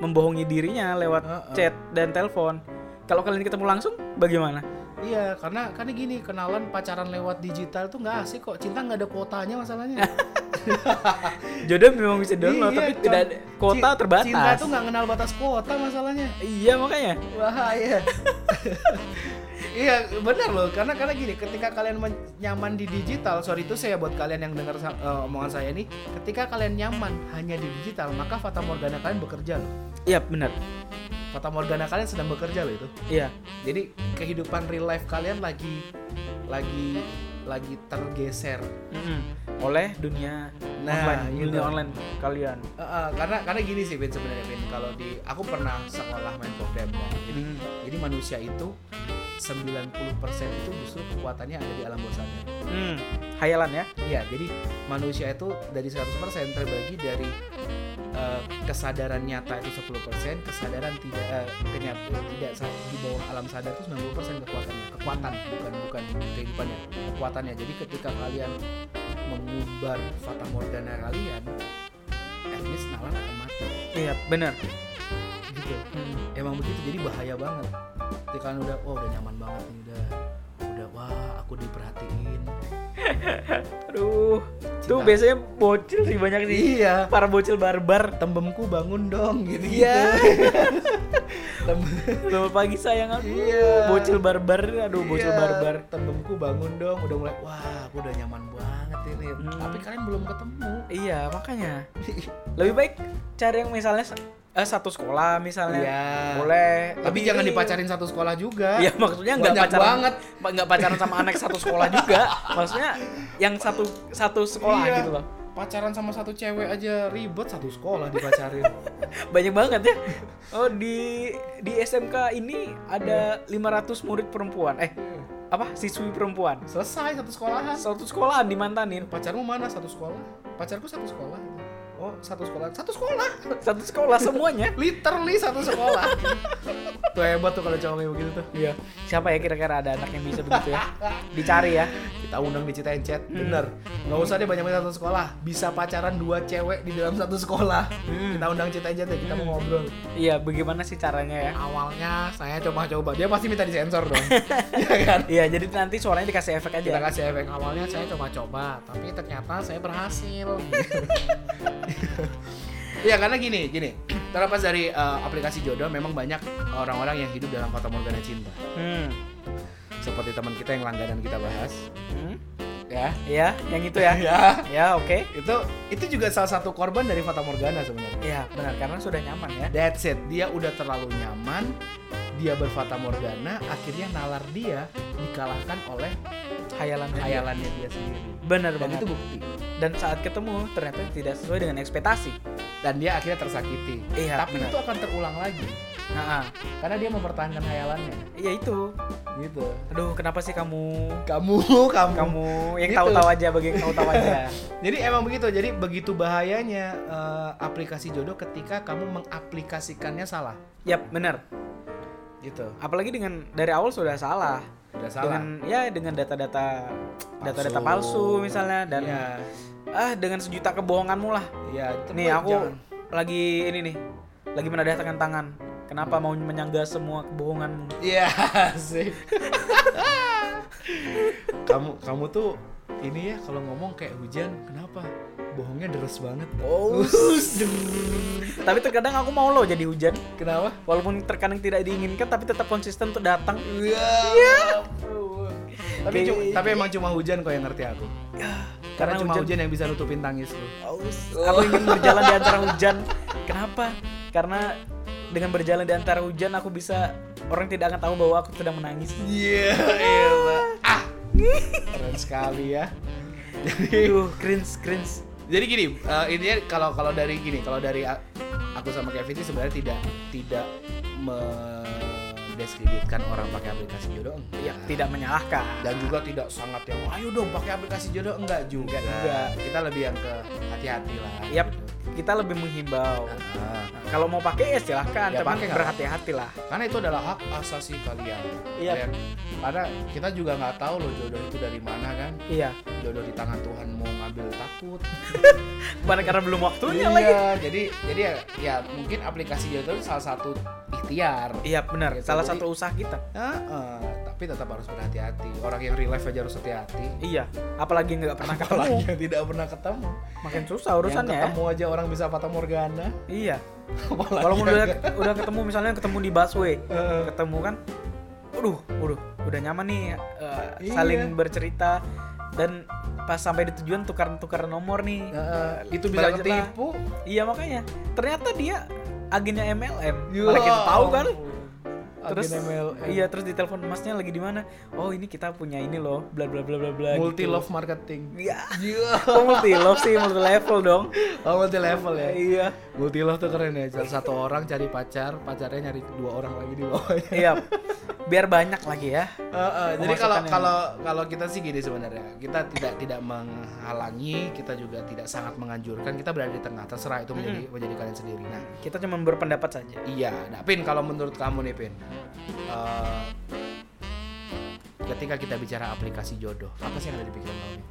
S1: membohongi dirinya lewat
S2: Heeh.
S1: chat dan telepon. Kalau kalian ketemu langsung, bagaimana?
S2: Iya, karena karena gini kenalan pacaran lewat digital tuh nggak asik kok. Cinta nggak ada kuotanya masalahnya.
S1: Jodoh memang bisa download,
S2: Iya,
S1: tapi
S2: kan.
S1: tidak ada, kuota
S2: Ci-
S1: terbatas.
S2: Cinta tuh nggak kenal batas kuota masalahnya.
S1: Iya makanya.
S2: Bahaya. Iya benar loh karena karena gini ketika kalian men- nyaman di digital sorry itu saya buat kalian yang dengar sa- eh, omongan saya ini ketika kalian nyaman hanya di digital maka fata morgana kalian bekerja loh
S1: Iya bener.
S2: fata morgana kalian sedang bekerja loh itu
S1: Iya.
S2: jadi kehidupan real life kalian lagi lagi lagi tergeser
S1: Mm-mm. Hmm, Oleh dunia
S2: Nah,
S1: online,
S2: gitu.
S1: dunia online kalian.
S2: Eh, eh, karena karena gini sih Vin sebenarnya Vin kalau di aku pernah sekolah main program ya. jadi
S1: Hmm.
S2: jadi manusia itu 90% itu justru kekuatannya ada di alam bawah sadar
S1: Hmm. Hayalan ya.
S2: Iya, jadi manusia itu dari 100% terbagi dari eh, kesadaran nyata itu 10%, kesadaran tidak eh, kenyat- tidak sa- di bawah alam sadar itu 90% kekuatannya. Kekuatan bukan bukan kehidupannya, kekuatannya. Jadi ketika kalian mengubar fata morgana kalian, at least nalar akan mati
S1: Iya bener.
S2: gitu. Emang begitu jadi bahaya banget. Ketika kalian udah wah udah nyaman banget nih udah udah wah aku diperhatiin.
S1: Aduh. Tuh
S2: Cinta.
S1: biasanya bocil sih banyak sih.
S2: Iya.
S1: Para bocil barbar.
S2: tembemku bangun dong gitu
S1: Iya.
S2: Tem-
S1: Selamat pagi sayang aku.
S2: Iya.
S1: Bocil barbar, aduh bocil
S2: Iya,
S1: barbar.
S2: tembemku bangun dong udah mulai wah aku udah nyaman banget ini
S1: Hmm.
S2: tapi kalian belum ketemu
S1: Iya, makanya. Lebih baik cari yang misalnya s- eh, satu sekolah misalnya.
S2: iya
S1: Boleh.
S2: tapi jangan dipacarin satu sekolah juga
S1: Iya, maksudnya nggak
S2: Banyak
S1: pacaran
S2: banget.
S1: pa- nggak pacaran sama anak satu sekolah juga. Maksudnya yang satu satu sekolah
S2: Iya.
S1: gitu loh.
S2: pacaran sama satu cewek aja ribet satu sekolah dipacarin
S1: Banyak banget ya. Oh, di di SMK ini ada 500 murid perempuan. Eh,
S2: Hmm.
S1: apa? Siswi perempuan.
S2: selesai satu sekolahan
S1: Satu sekolahan dimantanin.
S2: pacarmu mana satu sekolah pacarku satu sekolah oh satu sekolah satu sekolah
S1: Satu sekolah semuanya.
S2: literally satu sekolah tuh hebat tuh kalau cowok kayak begitu tuh
S1: Iya. Siapa ya kira-kira ada anak yang bisa begitu ya? Dicari ya.
S2: kita undang di Cita Chat bener nggak usah deh banyak banyak satu sekolah bisa pacaran dua cewek di dalam satu sekolah kita undang Cita Chat deh kita mau ngobrol
S1: Iya, bagaimana sih caranya ya?
S2: awalnya saya coba coba dia pasti minta disensor dong ya kan Iya
S1: Iya, jadi nanti suaranya dikasih efek
S2: kita
S1: aja.
S2: kasih efek awalnya saya coba coba tapi ternyata saya berhasil Iya karena gini, gini. Terlepas dari eh, aplikasi jodoh, memang banyak orang-orang yang hidup dalam fata morgana cinta.
S1: Hmm.
S2: Seperti teman kita yang langganan kita bahas,
S1: Hmm.
S2: ya.
S1: Ya, yang itu ya.
S2: Ya.
S1: ya, oke.
S2: itu itu juga salah satu korban dari fata morgana sebenarnya
S1: Iya, benar karena sudah nyaman ya.
S2: that's it dia udah terlalu nyaman dia berfata morgana akhirnya nalar dia dikalahkan oleh
S1: Hayalan dia.
S2: khayalannya dia sendiri
S1: Benar
S2: dan
S1: banget.
S2: itu bukti
S1: Dan saat ketemu ternyata tidak sesuai dengan ekspektasi.
S2: dan dia akhirnya tersakiti
S1: Iya,
S2: tapi
S1: benar.
S2: itu akan terulang lagi
S1: Nah, ah.
S2: karena dia mempertahankan khayalannya
S1: iya itu.
S2: gitu
S1: Aduh, kenapa sih kamu
S2: kamu kamu,
S1: kamu yang
S2: Gitu.
S1: tahu-tahu aja bagi yang tahu-tahu aja.
S2: jadi emang begitu jadi begitu bahayanya eh, aplikasi jodoh ketika kamu mengaplikasikannya salah
S1: Yap, benar.
S2: gitu
S1: Apalagi dengan dari awal sudah salah.
S2: udah salah
S1: Dengan ya dengan data-data data-data
S2: Palsu.
S1: palsu misalnya dan
S2: Iya.
S1: ah dengan sejuta kebohonganmu lah.
S2: Iya, itu
S1: Nih aku
S2: jangan.
S1: lagi ini nih, lagi menadahkan tangan. Kenapa mau menyangga semua kebohonganmu?
S2: Iya sih. kamu kamu tuh ini ya kalau ngomong kayak hujan kenapa? Bohongnya deres banget.
S1: Oh, tapi terkadang aku mau lo jadi hujan,
S2: Kenapa?
S1: walaupun terkadang tidak diinginkan, tapi tetap konsisten untuk datang.
S2: Iya. ampun. Tapi
S1: Kayak-
S2: cuma- tapi emang cuma hujan kok yang ngerti aku. Karena, cuma Oh. hujan. yang bisa nutupin tangis lu.
S1: Aku ingin berjalan di antara hujan. Kenapa? Karena dengan berjalan di antara hujan, aku bisa orang tidak akan tahu bahwa aku sedang menangis.
S2: Iya, iya, Pak. Ah. Keren sekali ya. Jadi
S1: Aduh, cringe, cringe.
S2: jadi gini eh, intinya kalau kalau dari gini kalau dari a- aku sama Kevin sih sebenarnya tidak tidak me- mendiskreditkan orang pakai aplikasi jodoh enggak.
S1: ya tidak menyalahkan
S2: dan juga tidak sangat yang ayo dong pakai aplikasi jodoh enggak juga
S1: Enggak juga.
S2: kita lebih yang ke hati-hati lah gitu.
S1: Yap. kita lebih menghimbau
S2: Nah,
S1: Nah, kalau mau pakai ya silahkan
S2: Ya,
S1: tapi
S2: pakai nggak?
S1: berhati-hati lah
S2: karena itu adalah hak asasi kalian
S1: Iya.
S2: Dan karena kita juga nggak tahu loh jodoh itu dari mana kan
S1: iya
S2: jodoh di tangan Tuhan mau ngambil takut
S1: bukan karena belum waktunya
S2: iya
S1: lagi
S2: jadi jadi ya, ya mungkin aplikasi jodoh itu salah satu ikhtiar
S1: iya benar
S2: Gitu,
S1: salah
S2: jadi-
S1: satu usaha kita
S2: Heeh, tapi tetap harus berhati-hati orang yang real life aja harus hati-hati
S1: iya apalagi nggak pernah ketemu
S2: apalagi yang tidak pernah ketemu
S1: makin susah urusannya
S2: yang
S1: ya
S2: ketemu aja orang bisa patah morgana
S1: iya
S2: apalagi
S1: kalau
S2: yang
S1: udah udah ketemu misalnya ketemu di busway
S2: Eh.
S1: ketemu kan aduh waduh udah nyaman nih eh,
S2: Iya.
S1: saling bercerita dan pas sampai di tujuan tukar-tukar nomor nih
S2: Heeh, itu bisa
S1: Belajar lah.
S2: ketipu
S1: iya makanya ternyata dia agennya MLM
S2: Ya
S1: malah kita tahu kan
S2: ampun.
S1: terus
S2: Agen eh, MLM.
S1: iya terus ditelepon emasnya lagi di mana oh ini kita punya ini loh bla bla bla bla bla
S2: multi
S1: gitu.
S2: love marketing
S1: iya
S2: iya
S1: kok multi love sih multi level dong
S2: oh, multi level ya
S1: iya
S2: multi love tuh keren ya Salah satu orang cari pacar pacarnya nyari dua orang lagi di bawahnya
S1: iya biar banyak lagi ya
S2: Heeh, jadi kalau
S1: Pemasukan yang-
S2: kalau kalau kita sih gini sebenarnya kita tidak tidak menghalangi kita juga tidak sangat menganjurkan kita berada di tengah terserah itu menjadi menjadi kalian sendiri nah
S1: kita cuma berpendapat saja
S2: Iya, nah Pin kalau menurut kamu nih Pin, eh, ketika kita bicara aplikasi jodoh, apa sih yang ada di pikiran kamu? Pin?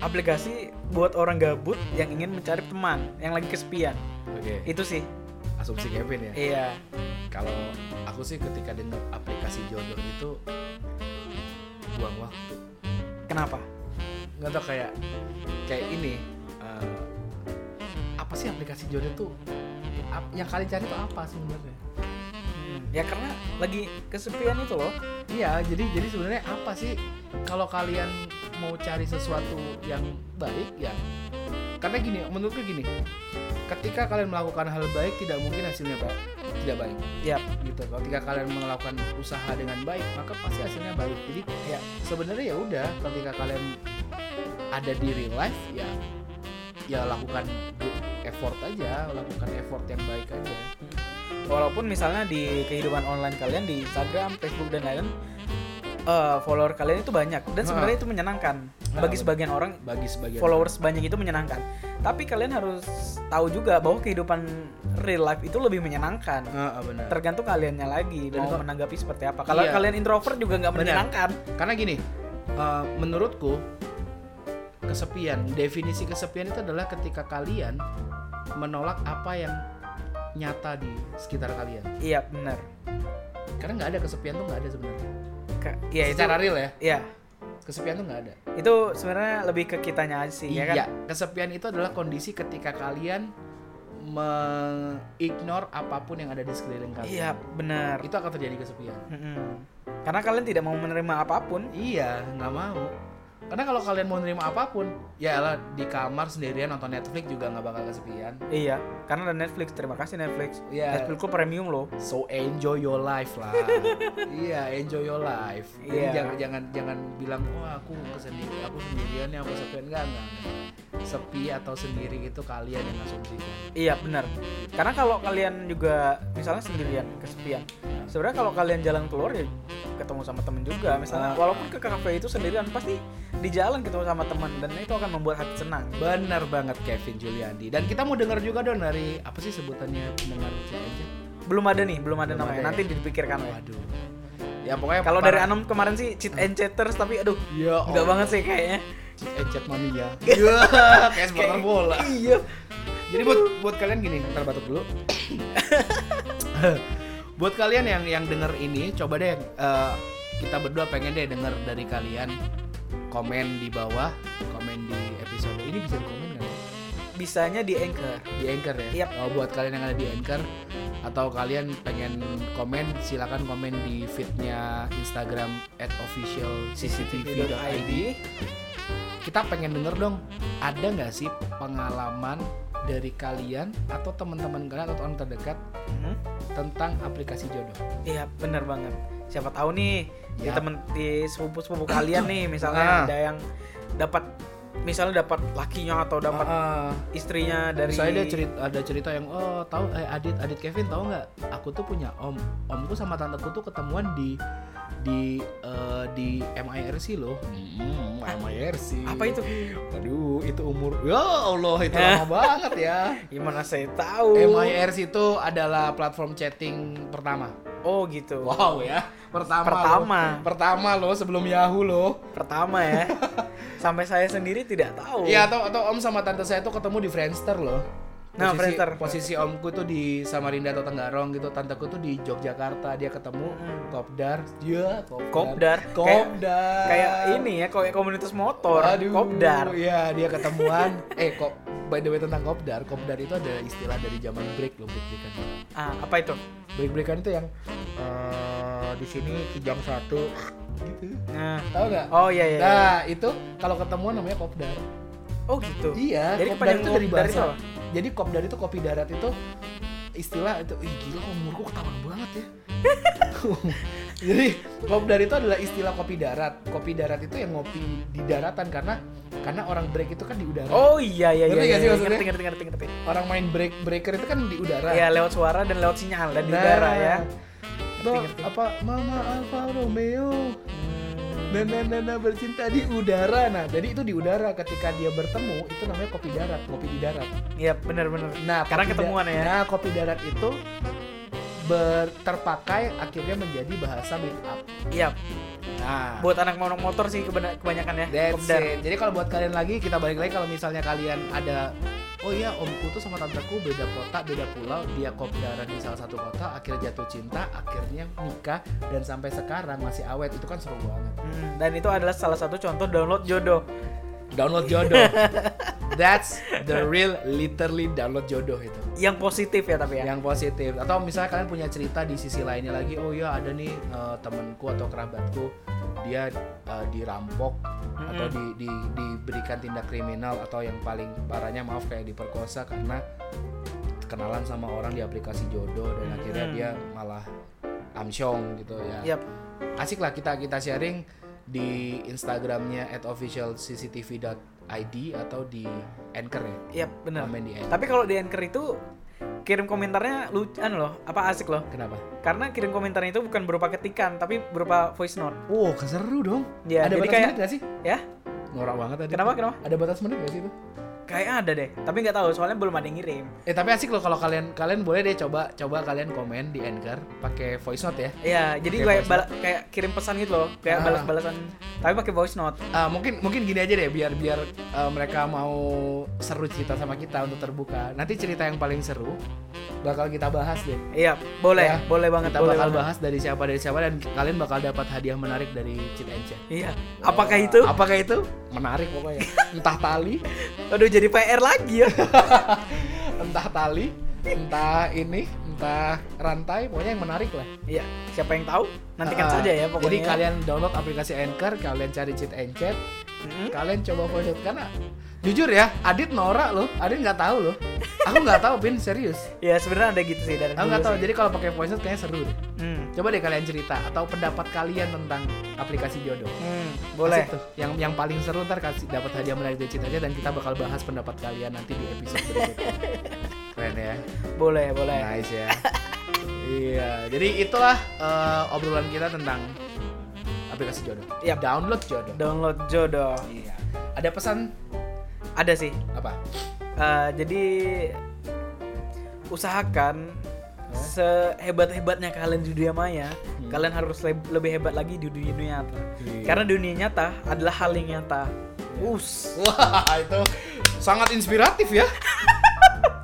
S1: aplikasi buat orang gabut yang ingin mencari teman yang lagi kesepian
S2: Oke,
S1: itu sih
S2: asumsi Kevin ya.
S1: iya
S2: Kalau aku sih ketika dengar aplikasi jodoh itu buang waktu,
S1: kenapa
S2: nggak tau kayak kayak ini eh, apa sih aplikasi jodoh tuh? Ap- yang kalian cari tuh apa sebenarnya?
S1: ya karena lagi kesepian itu loh
S2: Iya, jadi jadi sebenarnya apa sih kalau kalian mau cari sesuatu yang baik ya? Karena gini, menurutku gini. Ketika kalian melakukan hal baik tidak mungkin hasilnya baik, tidak baik
S1: ya
S2: gitu. Ketika kalian melakukan usaha dengan baik, maka pasti hasilnya baik. Jadi
S1: Iya.
S2: ya sebenarnya ya udah ketika kalian ada di real life ya ya lakukan good effort aja, lakukan effort yang baik aja.
S1: walaupun misalnya di kehidupan online kalian di Instagram Facebook dan lain-lain eh, follower kalian itu banyak dan sebenarnya itu menyenangkan
S2: Ah,
S1: bagi
S2: betul.
S1: sebagian orang
S2: Bagi sebagian
S1: followers banyak itu menyenangkan tapi kalian harus tahu juga bahwa kehidupan real life itu lebih menyenangkan
S2: Ah, ah, benar.
S1: tergantung kaliannya lagi
S2: Dan
S1: mau
S2: kok-
S1: menanggapi seperti apa kalau
S2: Iya.
S1: kalian introvert juga nggak
S2: Benar.
S1: menyenangkan
S2: Karena gini, uh, menurutku kesepian, definisi kesepian itu adalah ketika kalian menolak apa yang nyata di sekitar kalian.
S1: iya benar
S2: Karena nggak ada kesepian tuh nggak ada sebenarnya.
S1: Ke- ya itu
S2: Secara real ya,
S1: ya
S2: kesepian tuh nggak ada.
S1: itu sebenarnya lebih ke kitanya aja sih ya kan
S2: Iya, kesepian itu adalah kondisi ketika kalian mengignore apapun yang ada di sekeliling kalian.
S1: iya benar
S2: Itu akan terjadi kesepian.
S1: Mm-mm. karena kalian tidak mau menerima apapun
S2: Iya, nggak mau. Karena kalau kalian mau nerima apapun, ya elah, di kamar sendirian nonton Netflix juga nggak bakal kesepian.
S1: iya karena ada Netflix terima kasih Netflix
S2: Iya.
S1: Netflixku premium loh
S2: So enjoy your life lah. iya, enjoy your life. Jadi
S1: Iya.
S2: jangan jangan jangan bilang wah aku kesendirian, aku sendirian ya, aku sepian enggak enggak. Sepi atau sendiri itu kalian yang asumsikan.
S1: Iya benar. Karena kalau kalian juga misalnya sendirian, kesepian. Sebenarnya kalau kalian jalan keluar ya ketemu sama temen juga. Misalnya
S2: Ah.
S1: walaupun ke kafe itu sendirian pasti di jalan ketemu sama teman dan itu akan membuat hati senang.
S2: Benar banget Kevin Juliandi. Dan kita mau dengar juga dong dari apa sih sebutannya pendengar saya aja.
S1: Belum ada nih, belum ada
S2: Belum
S1: namanya.
S2: ada Hmm.
S1: Nanti dipikirkan lah.
S2: Waduh. Ya pokoknya
S1: Kan. Kalau
S2: para-
S1: dari Anom kemarin sih cheat and chatters tapi aduh
S2: ya
S1: enggak banget sih kayaknya.
S2: Ecet mania. Iya, ya. kayak supporter bola.
S1: Iya.
S2: Jadi buat buat kalian gini, ntar batuk dulu. buat kalian yang yang denger ini, coba deh eh, kita berdua pengen deh denger dari kalian komen di bawah, komen di episode ini bisa komen nggak? ya?
S1: Bisanya di Anchor.
S2: Di Anchor ya.
S1: Yap.
S2: Oh, buat kalian yang ada di Anchor atau kalian pengen komen, silakan komen di feednya Instagram @officialcctv.id. Kita pengen denger dong, ada nggak sih pengalaman dari kalian atau teman-teman kalian atau orang terdekat
S1: Hmm.
S2: tentang aplikasi jodoh.
S1: Iya benar banget. Siapa tahu nih di
S2: Ya.
S1: temen di sepupu-sepupu kalian nih misalnya
S2: Ah.
S1: ada yang dapat misalnya dapat lakinya atau dapat
S2: Ah,
S1: istrinya dari
S2: Soalnya dia cerita, ada cerita yang oh tahu eh Adit Adit Kevin tahu nggak? Aku tuh punya om, omku sama tanteku tuh ketemuan di di eh, di MIRC loh. Hmm, MIRC.
S1: apa itu
S2: Aduh, itu umur. Ya Allah, itu lama banget ya.
S1: gimana saya tahu
S2: MIRC itu adalah platform chatting pertama.
S1: oh gitu
S2: Wow ya, pertama.
S1: Pertama.
S2: Loh. Pertama loh sebelum Yahoo loh.
S1: pertama ya sampai saya sendiri tidak tahu
S2: Iya atau atau om sama tante saya tuh ketemu di Friendster loh.
S1: Nah, Friendster.
S2: Posisi omku tuh di Samarinda atau Tenggarong gitu, tanteku tuh di Yogyakarta. Dia ketemu kopdar, dia kopdar.
S1: Hmm. Kopdar.
S2: Kopdar.
S1: kayak ini ya kayak komunitas motor
S2: Aduh,
S1: kopdar
S2: Iya, dia ketemuan. eh kok by the way tentang kopdar, kopdar itu adalah istilah dari zaman break loh, break-breakan.
S1: ah apa itu
S2: Break-breakan itu yang eh, di sini kijang satu gitu.
S1: nah
S2: Tahu nggak?
S1: oh iya iya iya.
S2: Nah, itu kalau ketemuan namanya kopdar.
S1: oh gitu
S2: Iya,
S1: Jadi
S2: kopdar
S1: kepanjangan
S2: itu dari
S1: kopdar
S2: bahasa.
S1: itu apa?
S2: Jadi kopdar itu kopi darat itu istilah itu ih gila umurku ketahuan banget ya. Jadi kopdar itu adalah istilah kopi darat. Kopi darat itu yang ngopi di daratan karena karena orang break itu kan di udara.
S1: oh iya iya iya
S2: Ngerti
S1: iya,
S2: nggak sih
S1: iya.
S2: maksudnya?
S1: ngerti ngerti ngerti ngerti
S2: Orang main break breaker itu kan di udara.
S1: ya lewat suara dan lewat sinyal dan di
S2: Nah,
S1: udara ya
S2: Tuh,
S1: Ngerti, ngerti.
S2: apa Mama Alfa Romeo Nana Nana bercinta di udara. Nah, jadi itu di udara ketika dia bertemu itu namanya kopi darat, kopi di darat.
S1: iya benar benar
S2: Nah,
S1: Karena
S2: kopi da-
S1: ketemuan ya.
S2: Nah, kopi darat itu ber- terpakai akhirnya menjadi bahasa backup.
S1: iya
S2: Nah,
S1: buat anak mau motor sih kebena- kebanyakan ya
S2: that's
S1: kopdar
S2: it. Jadi kalau buat kalian lagi kita balik lagi kalau misalnya kalian ada Oh iya, omku tuh sama tanteku beda kota, beda pulau. Dia kopdaran di salah satu kota, akhirnya jatuh cinta, akhirnya nikah, dan sampai sekarang masih awet. Itu kan seru banget.
S1: Hmm, dan itu adalah salah satu contoh download jodoh
S2: Download jodoh. That's the real, literally download jodoh itu.
S1: yang positif ya tapi ya
S2: yang positif atau misalnya kalian punya cerita di sisi lainnya lagi oh ya ada nih eh, temanku atau kerabatku dia eh, dirampok atau di, di- diberikan tindak kriminal atau yang paling parahnya maaf kayak diperkosa karena kenalan sama orang di aplikasi jodoh dan akhirnya dia malah amsyong gitu ya
S1: Yap.
S2: asik lah kita kita sharing di Instagramnya at officialcctv.id atau di Anchor ya
S1: Iya, benar.
S2: Komen di Anchor.
S1: Tapi kalau di Anchor itu kirim komentarnya lucu anu loh, apa asik loh.
S2: Kenapa?
S1: Karena kirim komentarnya itu bukan berupa ketikan, tapi berupa voice note.
S2: Wow, seru dong.
S1: Ya,
S2: ada
S1: jadi
S2: batas
S1: kayak-
S2: menit gak sih?
S1: Ya?
S2: Norak banget tadi.
S1: Kenapa? Kenapa?
S2: Ada batas menit gak sih itu?
S1: Kayaknya ada deh, tapi nggak tahu soalnya belum ada yang ngirim.
S2: Eh tapi asik loh kalau kalian kalian boleh deh coba coba kalian komen di Anchor pakai voice note ya.
S1: Iya, jadi
S2: Oke,
S1: kayak
S2: voice
S1: bala- kayak kirim pesan gitu loh, kayak
S2: Ah.
S1: balas-balasan tapi pakai voice note.
S2: Ah, mungkin mungkin gini aja deh biar biar eh, mereka mau seru cerita sama kita untuk terbuka. Nanti cerita yang paling seru bakal kita bahas deh.
S1: Iya, boleh,
S2: Ya.
S1: boleh banget,
S2: Kita
S1: boleh
S2: bakal
S1: banget.
S2: bahas dari siapa dari siapa dan kalian bakal dapat hadiah menarik dari Cit and Chat.
S1: Iya. Apakah itu?
S2: Apakah itu? Menarik pokoknya. Entah tali,
S1: Aduh, jadi PR lagi ya.
S2: entah tali, entah ini, entah rantai, pokoknya yang menarik lah.
S1: Iya, siapa yang tahu? Nantikan
S2: Ah,
S1: saja ya pokoknya.
S2: Jadi kalian download aplikasi Anchor, kalian cari cheat and chat,
S1: Mm-mm.
S2: kalian coba voice note. karena jujur ya, Adit norak loh, Adit nggak tahu loh. Aku nggak tahu Bin serius.
S1: Ya sebenarnya ada gitu sih dari
S2: Aku
S1: dulu
S2: nggak tahu.
S1: sih.
S2: Jadi kalau pakai voice note kayaknya seru deh.
S1: Hmm.
S2: Coba deh kalian cerita atau pendapat kalian tentang aplikasi jodoh.
S1: Hmm, boleh.
S2: Asik tuh. Yang yang paling seru ntar kasih dapat hadiah menarik dari cheat aja dan kita bakal bahas pendapat kalian nanti di episode berikutnya. Keren ya.
S1: Boleh, boleh.
S2: Nice ya. iya, jadi itulah eh, obrolan kita tentang aplikasi jodoh.
S1: Yap.
S2: Download jodoh.
S1: Download jodoh.
S2: Iya. Ada pesan
S1: Ada sih.
S2: apa?
S1: Eh, jadi usahakan sehebat-hebatnya kalian di dunia maya, kalian harus le- lebih hebat lagi di dunia nyata.
S2: Hmm. Iya.
S1: Karena dunia nyata adalah hal yang nyata. Us.
S2: Wah, itu sangat inspiratif ya.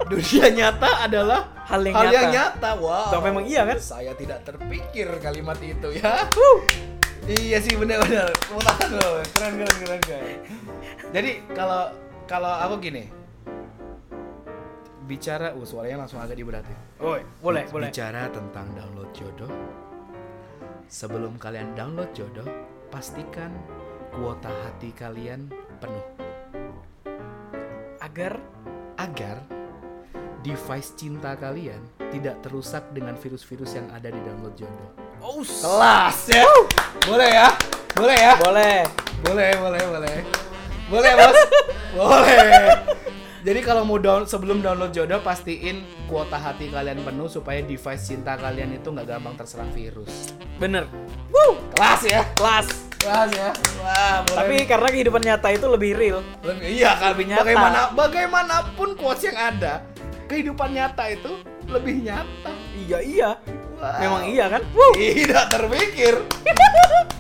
S2: Dunia nyata adalah
S1: Hal yang
S2: yang
S1: nyata.
S2: nyata. Wow.
S1: Toh memang iya kan?
S2: Saya tidak terpikir kalimat itu ya. Iya sih benar-benar. Ulang loh. Keren keren keren keren. Jadi kalau kalau aku gini bicara, uh, suaranya langsung agak diberatin.
S1: Woi, boleh, boleh.
S2: Bicara tentang download jodoh. Sebelum kalian download jodoh, pastikan kuota hati kalian penuh
S1: Agar
S2: agar device cinta kalian tidak terusak dengan virus-virus yang ada di download jodoh.
S1: us.
S2: Kelas ya. Boleh ya? Boleh ya?
S1: Boleh.
S2: Boleh, boleh, boleh. Boleh bos, boleh. Jadi kalau mau down sebelum download jodoh pastiin kuota hati kalian penuh supaya device cinta kalian itu nggak gampang terserang virus.
S1: Bener. Woo,
S2: Kelas ya,
S1: kelas.
S2: kelas ya. Wah, boleh.
S1: Tapi karena kehidupan nyata itu lebih real.
S2: Lebih- iya kan.
S1: Lebih nyata.
S2: Bagaimana bagaimanapun quotes yang ada, kehidupan nyata itu lebih nyata.
S1: Iya iya.
S2: Wow.
S1: Memang iya kan? Woo.
S2: Tidak terpikir.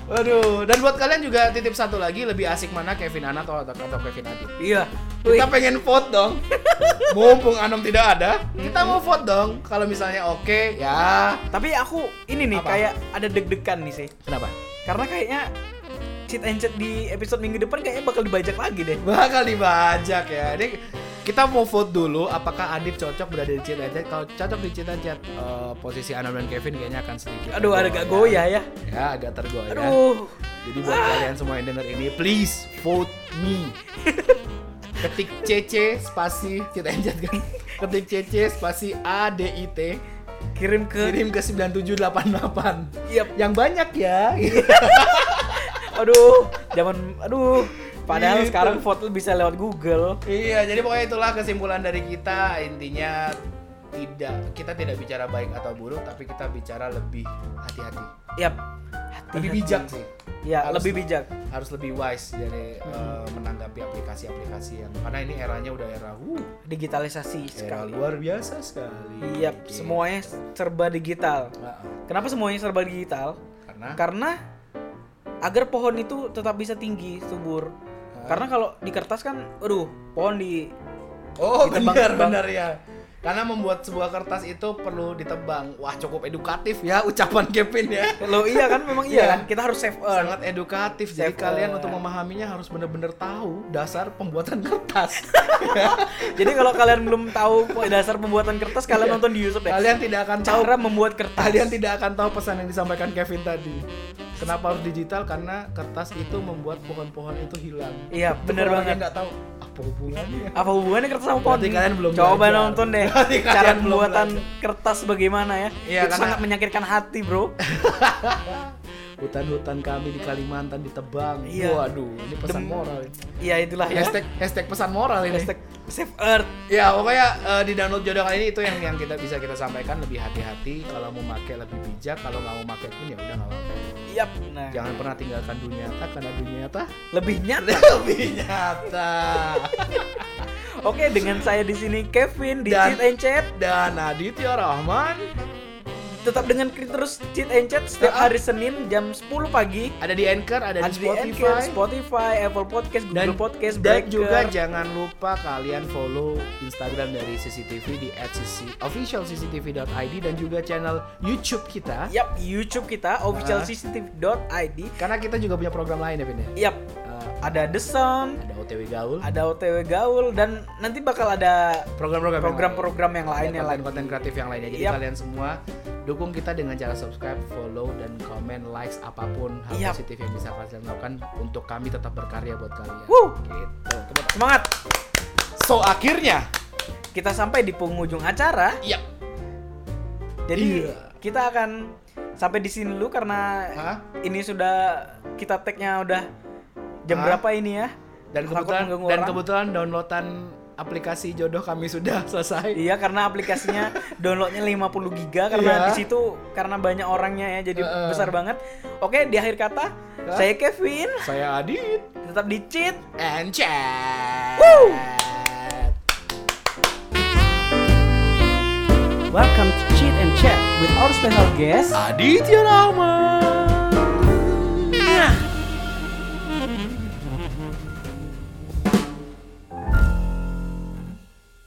S2: Waduh, dan buat kalian juga titip satu lagi lebih asik mana Kevin Anan atau atau, atau Kevin Adit.
S1: Iya. Wih.
S2: Kita pengen vote dong. Mumpung Anom tidak ada, kita mau vote dong. Kalau misalnya oke, ya.
S1: Tapi aku ini nih
S2: Apa?
S1: kayak ada deg-degan nih sih.
S2: Kenapa?
S1: Karena kayaknya cheat and chat di episode minggu depan kayaknya bakal dibajak lagi deh.
S2: Bakal dibajak ya. Ini kita mau vote dulu apakah Adit cocok berada di Cinta Chat. Kalau cocok di Cinta Chat, eh, posisi Anom dan Kevin kayaknya akan sedikit.
S1: Aduh, ada gak goyah ya.
S2: Ya, agak tergoyah.
S1: Aduh.
S2: Jadi buat kalian semua yang denger ini, please vote me. Ketik CC spasi kita Chat kan. Ketik CC spasi A D I T
S1: Kirim ke
S2: kirim ke 9788.
S1: Yap.
S2: Yang banyak ya.
S1: Aduh, zaman aduh. Padahal
S2: Gitu.
S1: sekarang vote bisa lewat Google.
S2: iya, jadi pokoknya itulah kesimpulan dari kita. Intinya tidak kita tidak bicara baik atau buruk, tapi kita bicara lebih hati-hati.
S1: Yap. Hati-hati.
S2: Lebih bijak sih.
S1: Ya,
S2: Harus
S1: lebih
S2: lah.
S1: bijak.
S2: Harus lebih wise dari eh, menanggapi aplikasi-aplikasi yang karena ini eranya udah era uh, wuh,
S1: Digitalisasi
S2: era
S1: sekali.
S2: luar biasa sekali.
S1: Yap,
S2: Gitu.
S1: semuanya serba digital.
S2: Heeh,
S1: Kenapa semuanya serba digital?
S2: Karena
S1: Karena agar pohon itu tetap bisa tinggi, subur. Karena kalau di kertas kan, aduh, pohon di
S2: Oh
S1: Ditebang,
S2: benar
S1: tebang.
S2: benar ya. Karena membuat sebuah kertas itu perlu ditebang. Wah cukup edukatif ya ucapan Kevin ya.
S1: Lo iya kan memang
S2: Iya.
S1: iya kan? Kita harus save earth.
S2: Sangat edukatif.
S1: Safe
S2: Jadi kalian
S1: word.
S2: untuk memahaminya harus benar-benar tahu dasar pembuatan kertas.
S1: Jadi kalau kalian belum tahu dasar pembuatan kertas, kalian
S2: Iya.
S1: nonton di YouTube deh.
S2: kalian tidak akan tahu.
S1: Cara membuat kertas.
S2: Kalian tidak akan tahu pesan yang disampaikan Kevin tadi. Kenapa harus digital? Karena kertas itu membuat pohon-pohon itu hilang.
S1: Iya,
S2: Itu
S1: benar
S2: kalau kalian
S1: banget.
S2: nggak tahu "Ah, apa hubungannya.
S1: Apa hubungannya kertas sama pohon?
S2: Berarti kalian belum
S1: Coba
S2: belajar.
S1: nonton deh
S2: Berarti kalian
S1: cara
S2: belum
S1: pembuatan kertas bagaimana ya.
S2: Iya,
S1: Itu
S2: karena-
S1: sangat menyakitkan hati, Bro.
S2: Hutan-hutan kami di Kalimantan ditebang.
S1: Iya.
S2: Waduh, ini
S1: Dem-
S2: pesan moral.
S1: Iya, itulah ya.
S2: Hashtag hashtag pesan moral ini.
S1: Hashtag save earth.
S2: Ya pokoknya eh, di download jodoh kali ini itu yang yang kita bisa kita sampaikan lebih hati-hati kalau mau pakai lebih bijak kalau nggak mau pakai pun ya udah nggak apa-apa
S1: Yap. Nah,
S2: jangan pernah tinggalkan dunia nyata karena dunia nyata
S1: lebih nyata.
S2: lebih nyata
S1: Oke, dengan saya di sini Kevin di
S2: Dan-
S1: Cheat and Chat.
S2: dan Aditya Rahman
S1: Tetap dengan terus Cheat and Chat setiap
S2: Ah.
S1: hari Senin jam 10 pagi.
S2: ada di Anchor ada,
S1: Ada
S2: di
S1: di
S2: Spotify,
S1: Anchor, Spotify, Apple Podcast,
S2: dan
S1: Google Podcast,
S2: dan
S1: Breaker.
S2: juga jangan lupa kalian follow Instagram dari CCTV di @cc official cctv.id dan juga channel YouTube kita
S1: Yap, YouTube kita official
S2: Ah.
S1: CCTV.id.
S2: karena kita juga punya program lain ya Vin ya?
S1: Yap,
S2: Eh,
S1: ada The Sound,
S2: ada OTW Gaul
S1: ada OTW Gaul dan nanti bakal ada
S2: program-program yang lain.
S1: program-program yang lainnya
S2: konten,
S1: lagi.
S2: Iya, konten kreatif yang lainnya jadi
S1: Yap.
S2: kalian semua dukung kita dengan cara subscribe follow dan komen likes apapun hal
S1: Yap.
S2: positif yang bisa kalian lakukan untuk kami tetap berkarya buat kalian
S1: Wuh.
S2: gitu Tepuk tangan.
S1: Semangat.
S2: so akhirnya
S1: Kita sampai di penghujung acara.
S2: yap
S1: Jadi
S2: Iya.
S1: kita akan sampai di sini dulu karena
S2: Hah?
S1: ini sudah kita tag-nya udah jam
S2: Hah?
S1: berapa ini ya?
S2: dan
S1: Takut
S2: kebetulan
S1: mengganggu
S2: dan
S1: orang.
S2: kebetulan downloadan aplikasi jodoh kami sudah selesai
S1: Iya karena aplikasinya downloadnya 50 giga karena
S2: Iya.
S1: di situ karena banyak orangnya ya jadi
S2: Heeh.
S1: besar banget. Oke di akhir kata
S2: Hah?
S1: saya Kevin
S2: saya Adit
S1: tetap di cheat
S2: and chat
S1: Welcome to Cheat and Chat with our special guest
S2: Aditya Rahman